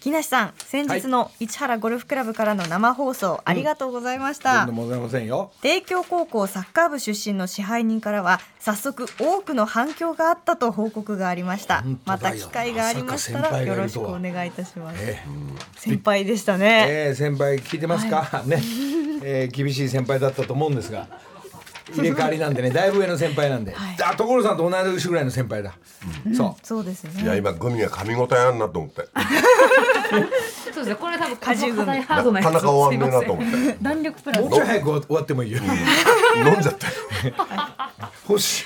S4: 木梨さん先日の市原ゴルフクラブからの生放送ありがとうございました、
S2: とんでもございませんよ
S4: 帝京高校サッカー部出身の支配人からは早速多くの反響があったと報告がありました
S2: 本当
S4: ま
S2: だよ
S4: た機会がありました
S2: まさから先輩が
S4: よ
S2: い
S4: ろ
S2: る
S4: し
S2: と
S4: く
S2: は
S4: お願いいたします、
S2: え
S4: 先輩でしたね、
S2: えー先輩聞いてますか、ね、えー厳しい先輩だったと思うんですが入れ替わりなんでねだいぶ上の先輩なんで、あ所さんと同い年ぐらいの先輩だ、そ
S4: そうですね
S3: いや今グミが噛み応えあんなと思って
S6: そうですねこれ多分
S4: 果汁群
S6: 課題ハ
S3: な
S6: ードなやつ
S3: かなか終わんねえなと思っ
S6: すい
S3: て
S6: ません 弾力プラ
S2: う
S6: ス
S2: もうちょい早く終わってもいいよ
S3: 飲んじゃったよ
S2: 欲し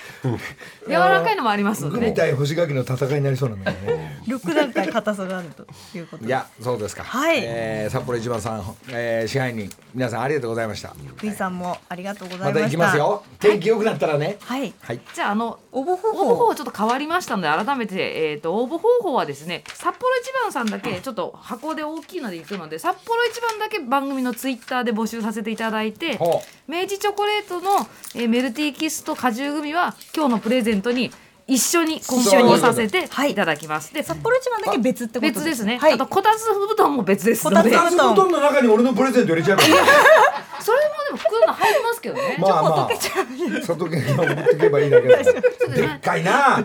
S6: 柔らかいのもありますの
S2: グ
S6: で
S2: ミ
S6: ね
S2: 対星書きの戦いになりそうなんだよね
S4: 6段階硬さがあるということ
S2: い
S4: で
S2: やそうですか、
S4: はい
S2: えー札幌一番さん、えー支配人皆さんありがとうございました
S4: 福井さんもありがとうござ
S2: ま
S4: いま
S2: た行
S4: した
S2: きますよ天気良くなったらね
S4: はい
S2: はい
S6: じゃああの
S4: 応募方
S6: 応募方
S4: 法
S6: 法ちょっと変わりましたので改めて、えー、と応募方法はですね札幌一番さんだけちょっと箱で大きいのでいくので札幌一番だけ番組のツイッターで募集させていただいて
S2: ほ
S6: 明治チョコレートの、えーメルティーキスと果汁組は今日のプレゼントに一緒に梱
S2: 一緒
S6: 包
S2: に
S6: させていただきます。で
S4: 札幌一番だけ別ってこと
S6: 別ですね、
S4: はい
S6: あとこたつ布団も別ですの
S4: こ
S6: で
S4: たつ
S2: 布団の中に俺のプレゼント入れちゃえ ばいい
S6: それもでも袋の入りますけどね、
S2: まあまあ外に持ってけばいいだけだからでっかいな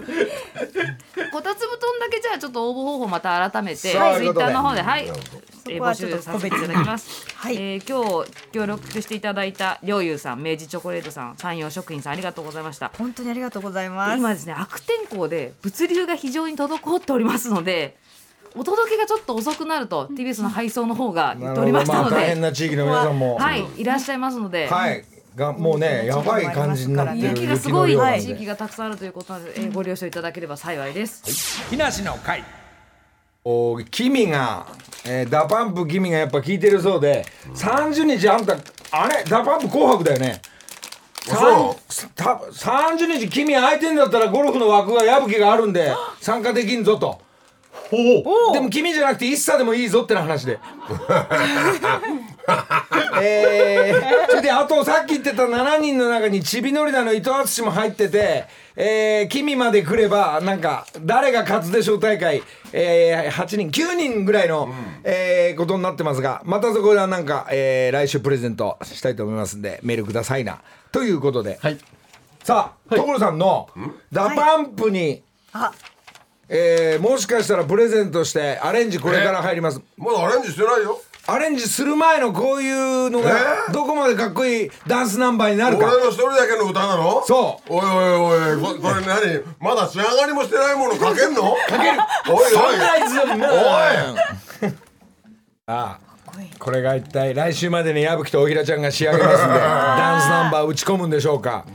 S6: こたつ布団だけじゃあちょっと応募方法また改めてツイ
S2: そういうこ
S6: ッ
S2: と
S6: タ
S2: で
S6: ーの方ではい、え
S4: そ
S6: ー
S4: こ
S6: 募
S4: はちょっと
S6: 集させていただきます、
S4: はい
S6: えー今日協力していただいたりょうゆうさん明治チョコレートさん山陽食品さんありがとうございました
S4: 本当にありがとうございます
S6: 今ですね悪天候で物流が非常に滞っておりますのでお届けがちょっと遅くなると TBS の配送の方が言っておりました
S2: ま
S6: の
S2: あ、大変
S6: で、
S2: な地域の皆さんも
S6: はいいらっしゃいますので、
S2: はいがもうねやばい感じになってる
S6: 雪がすごい
S2: 雪の量なん
S6: 地域
S2: で
S6: がたくさんあるということなので、えーご了承いただければ幸いです、
S2: 木梨の会お君が、えー、ダパンプ君がやっぱ聞いてるそうで30日あんたあれダパンプ紅白だよね
S3: そ
S2: さんた30日君空いてんだったらゴルフの枠が矢吹があるんで参加できんぞとでも君じゃなくて一茶でもいいぞってな話でえ ー、それであとさっき言ってた7人の中にちびのりだの伊藤淳も入ってて、えー、君まで来ればなんか誰が勝つでしょう大会、えー、8人9人ぐらいの、えーことになってますがまたそこではなんか、えー来週プレゼントしたいと思いますんでメールくださいなということで、
S5: はい。
S2: さあ所さんの「ダパンプに、
S4: あ
S2: えーもしかしたらプレゼントしてアレンジこれから入ります。
S3: うまだアレンジしてないよ
S2: アレンジする前のこういうのが
S3: えー
S2: どこまでかっこいいダンスナンバーになる
S3: 俺
S2: か
S3: の一人だけの歌なの
S2: そう
S3: おいおいおいここれ何まだ仕上がりもしてないものかけんのかけるおい
S2: サ
S3: お
S2: ン
S3: い
S2: ライズムーン
S3: おい
S2: ああ
S4: こいい
S2: これが一体来週までに矢吹と大平ちゃんが仕上げます んでダンスナンバー打ち込むんでしょうか、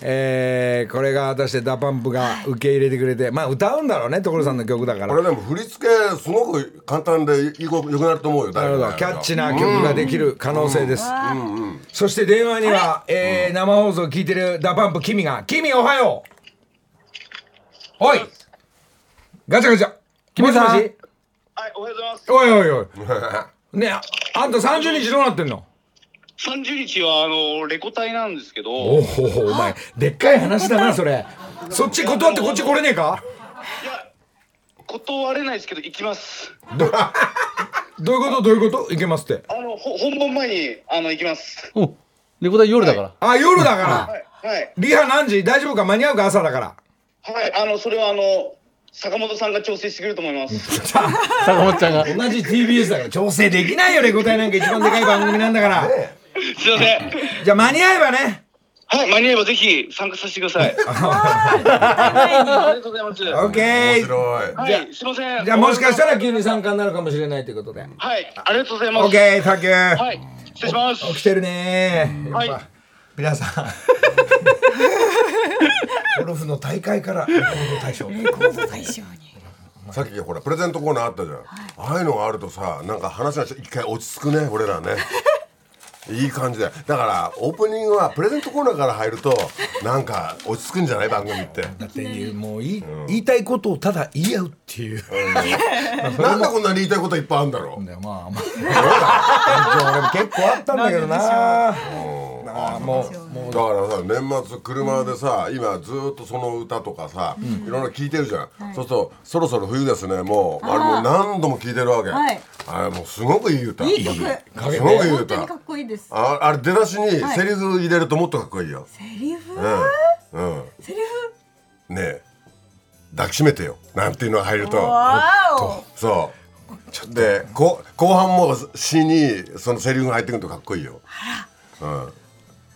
S2: えーこれが果たしてダパンプが受け入れてくれてまあ歌うんだろうね所さんの曲だから
S3: これでも振り付けすごく簡単でいい子よくなると思うよ
S2: な
S3: な
S2: るほどキャッチな曲ができる可能性です、
S4: わ
S2: そして電話には、えー生放送を聞いてるダパンプ君が「君おはよう!」おいガチャガチャ君さんおい
S7: はい、おはようございます。
S2: おいお いねえああんた30日どうなってんの
S7: 三十日はあのレコ隊なんですけど、い
S2: おおお前でっかい話だなそれそっち断ってこっち来れねえか
S7: や断れないですけど行きます。
S2: どういうことどういうこといけますって
S7: あのほ本番前にあの行きます。
S5: お、レコ大夜だから。
S2: あ夜だから
S7: はい
S2: リハ何時大丈夫か間に合うか朝だ から
S7: はいあのそれはあの坂本さんが調整してくれると思い ます。
S5: 坂本ちゃんが。
S2: 同じ TBS だから調整できないよレコ大なんか一番でかい番組なんだ から
S7: すいません。
S2: じゃあ間に合えばね
S7: はい、間に合えばぜひ参加させてください。ありがとうござい ます。
S2: オッケ
S3: 面
S2: ー
S3: 白い
S7: はい、すいません。
S2: じゃあもしかしたら急に参加になるかもしれないということで。
S7: はい、ありがとうございます。
S2: OK、タキュ
S7: はい、失礼します。
S2: ー。起きてるねー。
S7: はい
S2: やっぱ皆さん。 ゴルフの大会からレコード大賞。
S4: 最初に
S3: さっきほらプレゼン トコーナーあったじゃん、ああいうのがあるとさなんか話が一回落ち着くね俺らねいい感じだよだからオープニングはプレゼントコーナーから入るとなんか落ち着くんじゃない番組って
S2: だってもういい言いたいことをただ言い合うっていう。
S3: なんでこんなに言いたいこといっぱいあるんだろう
S2: だよまあまあ俺も結構あったんだけどなああもうも
S3: だからさ年末車でさ今ずーっとその歌とかさいろいろ聴いてるじゃん、そうするとそろそろ冬ですねもうあれもう何度も聴いてるわけ、
S8: はい
S3: あれもうすごくいい歌
S8: いい曲
S3: すごくいい
S8: 本当にか
S3: 歌
S8: っこいいです
S3: ああれ出だしにセリフ入れるともっとかっこいいよ、
S8: セリフ
S3: うんうん
S8: セリフ
S3: ねえ抱きしめてよなんていうのが入ると
S8: わお。
S3: そうちょっとでこ後半も詩にそのセリフが入ってくるとかっこいいよ、うん、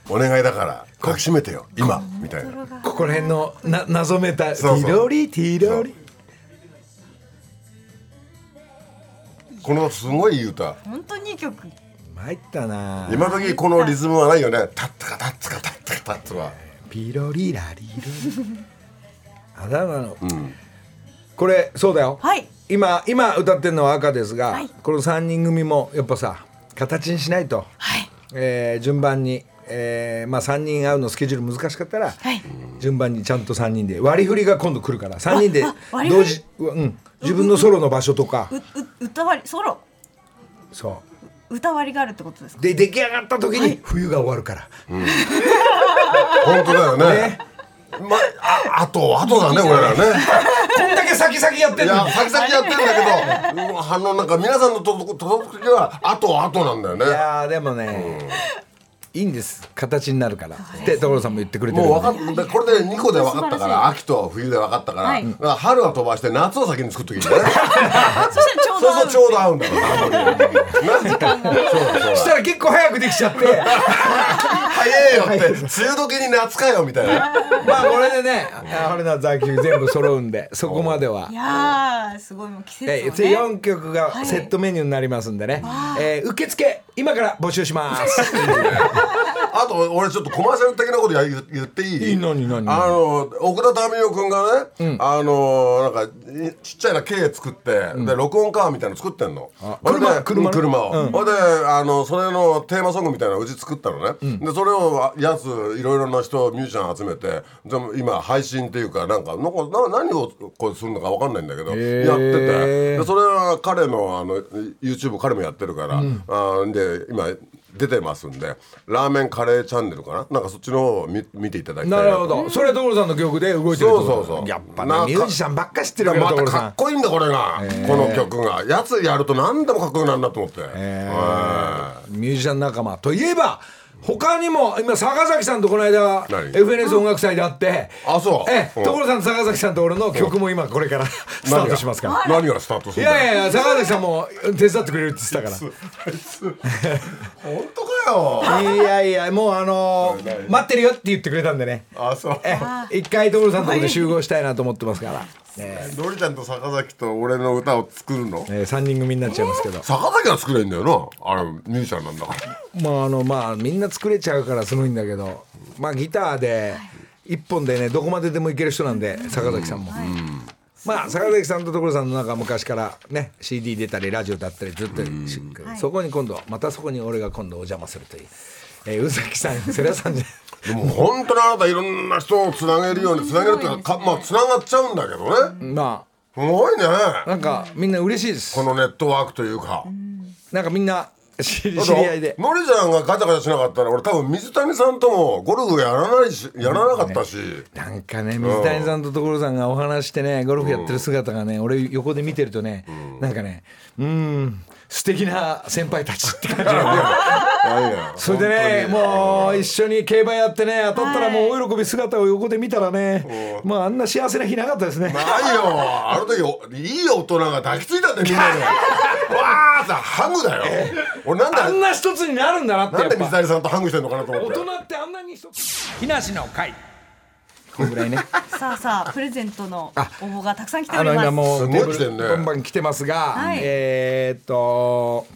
S3: お願いだから抱きしめてよ今みたいな
S2: うここら辺のな謎めたテ
S3: そうそう
S2: ィロリティロリ
S3: このすごいいい歌
S4: 本当にいい曲
S2: 参ったな
S3: 今時このリズムはないよねタッツカタッツカタッツカタッツは
S2: ピロリラリ ロリあだ名の、これそうだよ、
S4: はい
S2: 今今歌ってるのは赤ですが、この3人組もやっぱさ形にしないと、えー順番に、えーまあ、3人会うのスケジュール難しかったら、
S4: はい
S2: 順番にちゃんと3人で割り振りが今度来るから3人で
S4: 割
S2: 同
S4: り振り
S2: 時う、うん、自分のソロの場所とか
S4: うう歌割りソロ
S2: そ
S4: 歌割りがあるってことです
S2: うで出来上がった時に冬が終わるから、
S3: 本当だよね
S2: ね
S3: まああとあとだね俺らね
S2: こんだけ先々やって
S3: い
S2: るの
S3: や
S2: に
S3: 先々やってるんだけどうん反応なんか皆さんのとこ届く時はあとあとなんだよね
S2: いやーでもね、いいんです形になるからって所さんも言ってくれてるん
S3: も
S2: で
S3: う分かっこれで2個で分かったから秋と冬で分かったから,、春は飛ばして夏を先に作っときゃい いんだね
S4: そしたらちょう
S3: そうそうち
S4: ど
S3: ょうど合うんだよな 時間がそうだそう
S2: し
S3: だ
S2: たら結構早くでき ちゃって
S3: 早えよって梅雨時に夏かよみた いな
S2: まあこれでねあ春夏秋冬全部揃うん でそこまではい
S8: やーすごいもう季
S2: え
S8: 節をね
S2: 4曲がセットメニューになりますんでね、えー受付今から募集し ます
S3: あと俺ちょっとコマーシャル的なことや言言っていい
S2: いい何何
S3: あの奥田民生君がね、あのなんかいちっちゃいな K 作って、で録音カーみたいなの作ってんのほいで
S2: 車車ね
S3: 車を、ほいであのそれのテーマソングみたいなのうち作ったのね、でそれをやついろいろな人ミュージシャン集めてでも今配信っていうかなんかなんかな何をこうするのかわかんないんだけど、
S2: へー
S3: やっててでそれは彼のあの YouTube 彼もやってるから、あーで今出てますんでラーメンカレーチャンネルかななんかそっちの方を見見ていただきた
S2: な
S3: いと
S2: るほどそれ所さんの曲で動いてるって
S3: そ
S2: こ
S3: う
S2: と
S3: そうそう
S2: やっぱ
S3: な
S2: ねミュージシャンばっか知ってるわけ
S3: ま
S2: だ
S3: た
S2: 所
S3: か
S2: さ
S3: っこいいんだこれが、この曲がやつやると何でもかっこよくなるなと思って、は
S2: んミュージシャン仲間といえば他にも今坂崎さんとこの間
S3: 何
S2: FNS 音楽祭で会って
S3: あそう
S2: ええ
S3: うん
S2: 所さんと坂崎さんと俺の曲も今これから
S3: い
S2: スタートしますから
S3: 何がスタートす
S2: い
S3: るんだよ
S2: やいやいや坂崎さんも手伝ってくれるって言ってたか
S3: あいつ本当か よ
S2: らいやいやもうあのー待ってるよって言ってくれたんでね
S3: あそう
S2: ええ一回所さんとこで集合したいなと思ってますから、え
S3: のりちゃんと坂崎と俺の歌を作るの
S2: えええ3人組になっちゃいますけど
S3: 坂崎は作れんだよなあれミュージシャンなんだから
S2: まああのまあみんな作れちゃうからすごいんだけどまあギターで一本でねどこまででもいける人なんで坂崎さんも。まあ坂崎さんと所さんのなんか昔からね CD 出たりラジオだったりずっとしそこに今度またそこに俺が今度お邪魔するという、えー宇崎さん世良さんじゃ
S3: でも本当にあなたいろんな人をつなげるようにつなげるっていうかかまあつながっちゃうんだけどね
S2: ます
S3: ごいね
S2: あなんかみんな嬉しいです
S3: このネットワークというか
S2: なんかみんな知り
S3: だっ
S2: 知
S3: て
S2: り合いで
S3: のりちゃんがガチャガチャしなかったら俺多分水谷さんともゴルフやらないしやらなかったし、
S2: なんかね水谷さんと所さんがお話してねゴルフやってる姿がね俺横で見てるとねなんかねうーん素敵な先輩たちって感じなん だよ
S3: なんや
S2: それでねもう一緒に競馬やってね当たったらもう大喜び姿を横で見たらねまああんな幸せな日なかったですね
S3: ないよあの時おいい大人が抱きついたんだよみ んなでわーってハグだよ俺なん
S2: あん
S3: で
S2: な一つになるんだなって
S3: なんで
S2: やっ
S3: 水
S2: ぱ
S3: 谷さんとハグしてんのかなと思
S2: 大
S3: って
S2: 人ってあんなに一つ木梨の会こんぐら いね
S8: さあさあプレゼントの応募がたくさん来てお
S2: あ
S8: り
S2: の
S8: ます
S2: 今も
S3: す
S2: う
S3: ごい
S2: テーブル
S3: 来てんね
S2: バンバン来てますが、
S8: はい
S2: えーっと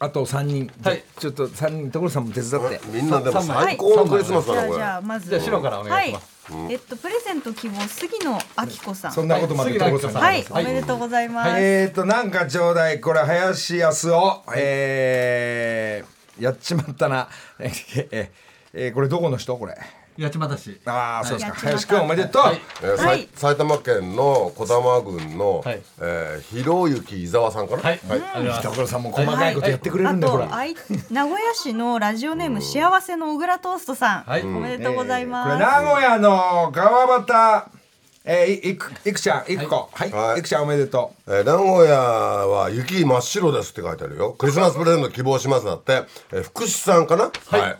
S2: あと三人、
S5: はい
S2: ちょっと三人所さんも手伝って
S3: みんなでも最高のクリスマス
S8: じ
S3: だ
S8: ゃ
S3: な
S8: あ
S3: こ
S8: じ
S3: れ
S8: ゃあまず
S5: じゃあ白からお願いします
S8: はいえっとプレゼント希望杉野明子さん
S2: そんなことまで
S5: はい
S2: 所さん
S8: は
S2: が
S8: いおめでとうございます
S2: えーっとなんかちょうだいこれ林康夫えーやっちまったな。えええこれどこの人これ。
S9: 八幡市
S2: ああそうですか。
S8: やっ
S2: 林
S8: ち
S2: く
S8: まった
S2: んおめでとう。
S3: えーさい埼玉県の児玉郡の、
S5: はい
S3: えー広雪伊沢さんかな、
S5: はい
S3: はい
S5: ありがと
S2: 北
S5: うございます
S2: 倉さんも細かいことやってくれる
S8: あ
S2: んだほら
S8: と。あい名古屋市のラジオネーム幸せの小倉トーストさん、
S9: はい
S8: おめでとうございます、
S2: これ名古屋の川端えー、いいくいくちゃんいくこはい、
S3: はい
S2: い、くちゃんおめでと
S3: えー名古屋は雪真っ白ですって書いてあるよクリスマスプレゼント希望しますだって、えー福士さんかなはい、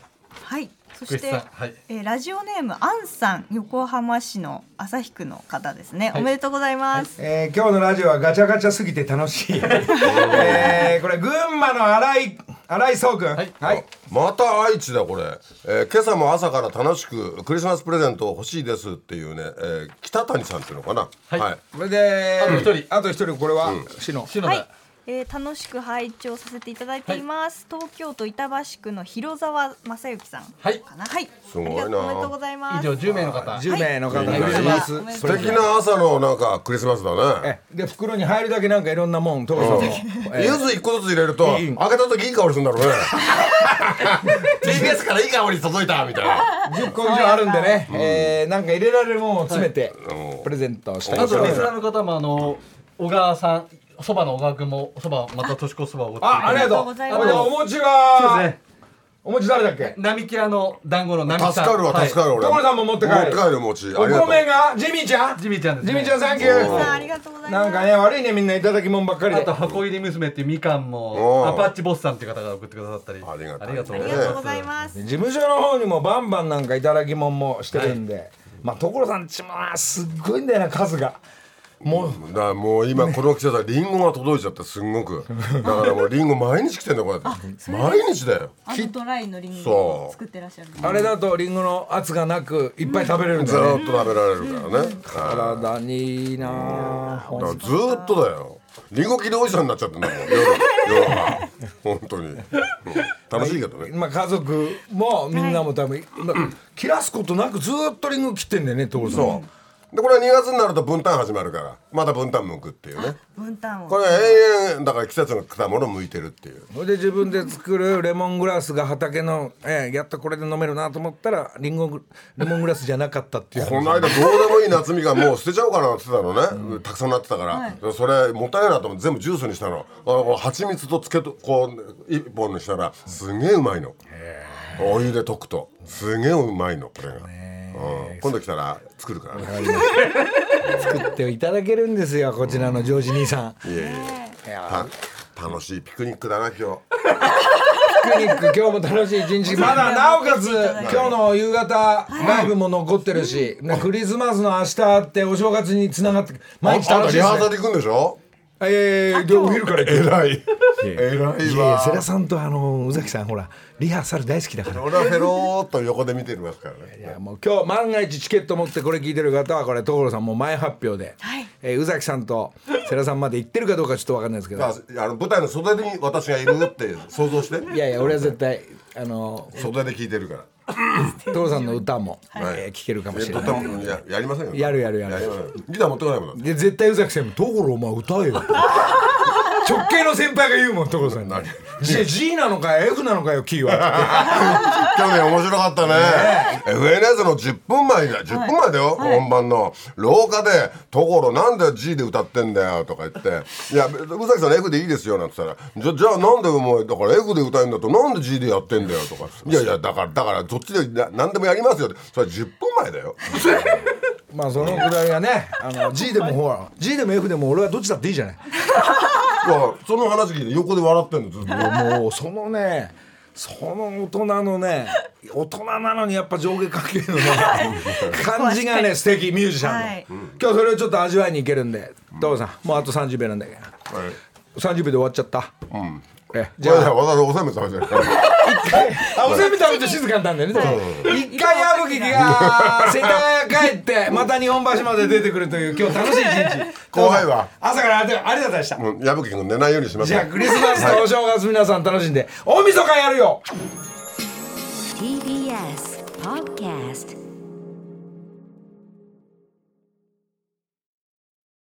S8: はいそ
S9: 福
S8: し
S9: 士さん
S8: て、
S9: はい
S8: えーラジオネームあんさん横浜市の旭区の方ですね、おめでとうございます、
S2: う、えー、今日のラジオはガチャガチャすぎて楽しい、えー、これ群馬の荒井荒井壮君はい、はい、
S3: また愛知だこれ、えー今朝も朝から楽しくクリスマスプレゼント欲しいですっていうね、えー北谷さんっていうのかなはい、
S2: これで
S9: あと一人
S2: あと一人これは、しの
S9: 篠
S8: はい
S9: 田、
S8: えー楽しく拝聴させていただいています、東京都板橋区の広沢正幸さん
S9: はい
S8: かなはい
S3: すごいな
S8: ありがとうおめでとうございま
S9: 以
S8: す
S9: 上10名の方
S2: 10名の方が
S3: はい
S2: クリスマス、
S8: はい
S2: そ
S3: 素
S2: れ
S3: 敵な朝のなんかクリスマスだね
S2: えで袋に入るだけなんかいろんなもん所さんも、え
S3: 柚
S2: ー
S3: 子一個ずつ入れると開
S2: いい
S3: けた時いい香りするんだ ろうね TBS からいい香り届いたみたいな
S2: 10個以上あるんでね、えー、なんか入れられるもんを詰めて、プレゼントしたい
S9: あ
S2: です
S9: と
S2: ね
S9: リスナーの方もあの小川さんそばの小川君もそばまた年越しそばをおごっていただいて
S2: あ、ありがとう。
S8: ありがとうございます
S2: あとお餅
S9: そう
S2: は
S9: で、
S2: お餅誰だっけ？
S9: 並木屋の団子の並木 さ
S3: 助
S9: ん
S3: かるわ助か
S9: る
S3: る俺
S2: 所さんも持って帰る
S3: 持って帰る餅
S2: お
S3: ありがとう
S2: 米がジミーちゃん。
S9: ジミーちゃんです
S2: ジ
S9: ね
S2: ミーちゃんサンキ
S8: 皆さんあ
S2: ュ
S8: りがとうござ
S2: ー。
S8: い
S2: な
S8: ます
S2: んかね悪いねみんないただきもんばっかり
S9: あ
S2: で
S9: と。箱入り娘っていうみかん
S3: お
S9: も
S3: ー
S9: アパッチボスさんっていう方が送ってくださったり
S3: ありがたい
S9: とう
S8: ありがとうございます、
S2: 事務所の方にもバンバンなんかいただきもんもしてるんで、まあ所さんちもなすっごいんだよな数が。もう
S3: だからもう今この季節はリンゴが届いちゃってすんごくだからもうリンゴ毎日来てんだよこうやって毎日だよ
S8: あのドライのリンゴ
S3: そ
S8: を
S3: う
S8: 作ってらっしゃる
S2: あれだとリンゴの圧がなくいっぱい食べれるんだ
S3: ずー
S2: よ
S3: っ
S2: ね。
S3: と食べられるからねはい
S2: 体にいいなあ。
S3: だからずーっとだよリンゴ切りおじさんになっちゃってんだもん夜夜は本当にうん楽しいけどね
S2: まあ家族もみんなも多分、まあ切らすことなくずーっとリンゴ切ってんだよね所さん。
S3: でこれは2月になると分担始まるからまた分担剥くっていうね
S8: 分担を
S3: これ永遠だから季節の果物剥いてるっていう
S2: それで自分で作るレモングラスが畑の、ええやっとこれで飲めるなと思ったらリンゴグレモングラスじゃなかったっていう
S3: この間どうでもいい夏みがもう捨てちゃおうかなって言ってたのね、たくさんなってたから、それもったいないなと思って全部ジュースにしたのあの蜂蜜とつけとこう一本にしたらすげえうまいのお湯で溶くとすげえうまいのこれが、うん、今度来たら作るからね
S2: 作っていただけるんですよこちらのジョージ兄さん、
S3: いやいやいやた楽しいピクニックだな今日
S2: ピクニック今日も楽しい一日まだなおかつ今日の夕方ライブも残ってるし、ねクリスマスの明日ってお正月につながって毎日
S3: ああん
S2: 楽
S3: た
S2: しい
S3: リ
S2: で
S3: ハー
S2: す
S3: サ
S2: ね
S3: ル行くんでしょ
S2: ええでお昼から行く
S3: 偉い偉いわ
S2: いやいや世良さんとあの宇崎さんほらリハーサル大好きだから
S3: 俺はフェローっと横で見てますからね
S2: いやもう今日万が一チケット持ってこれ聞いてる方はこれ所さんもう前発表で、えー宇崎さんと世良さんまで行ってるかどうかちょっと分かんないですけ
S3: ま
S2: ど
S3: ああの舞台の袖に私がいるって想像して
S2: いやいや俺は絶対あの
S3: 袖で聞いてるから
S2: 所さんの歌も、
S3: はい
S2: えー聞けるかもしれ
S3: えと
S2: な
S3: て
S2: い。
S3: もややりませんよ
S2: やるやるやる
S3: りませんギター持ってこないもんだ
S2: で絶対宇崎さんも「所お前歌えよ」 直系の先輩が言うもん所さんに
S3: 何
S2: 「G, G なのか F なのかよキー は」
S3: 去年面白かったね FNS の10分前だ10分前だよ、本番の廊下で「所なんで G で歌ってんだよ」とか言って「いや宇崎さん F でいいですよ」なんて言ったら「じゃじゃあなんでお前だから F で歌えんだとなんで G でやってんだよ」とか「いやいやだからだからどっちでな何でもやりますよ」ってそれ10分前だよ
S2: まあそのくだりがねあの G でもほら G でも F でも俺はどっちだっていいじゃない。
S3: いやその話聞いて横で笑ってんのずっと
S2: もうそのねその大人のね大人なのにやっぱ上下関係 のね感じがね素敵ミュージシャンの、
S8: はい
S2: 今日それをちょっと味わいに行けるんで所さんもうあと30秒なんだけど30秒で終わっちゃった、え
S3: じ
S2: じ
S3: ゃ
S2: ゃ
S3: あ
S2: あ
S3: 私おせんべい食べてるから
S2: あおせんべい食べて静かになったんだよね所さん一回矢吹が世田谷帰ってまた日本橋まで出てくるという今日楽しい一日
S3: 後輩は
S2: 朝からありがとうございました
S3: もう矢吹君寝ないようにします
S2: じゃあ
S3: よ
S2: クリスマスとお正月皆さん楽しんで大晦日やるよ
S1: TBS Podcast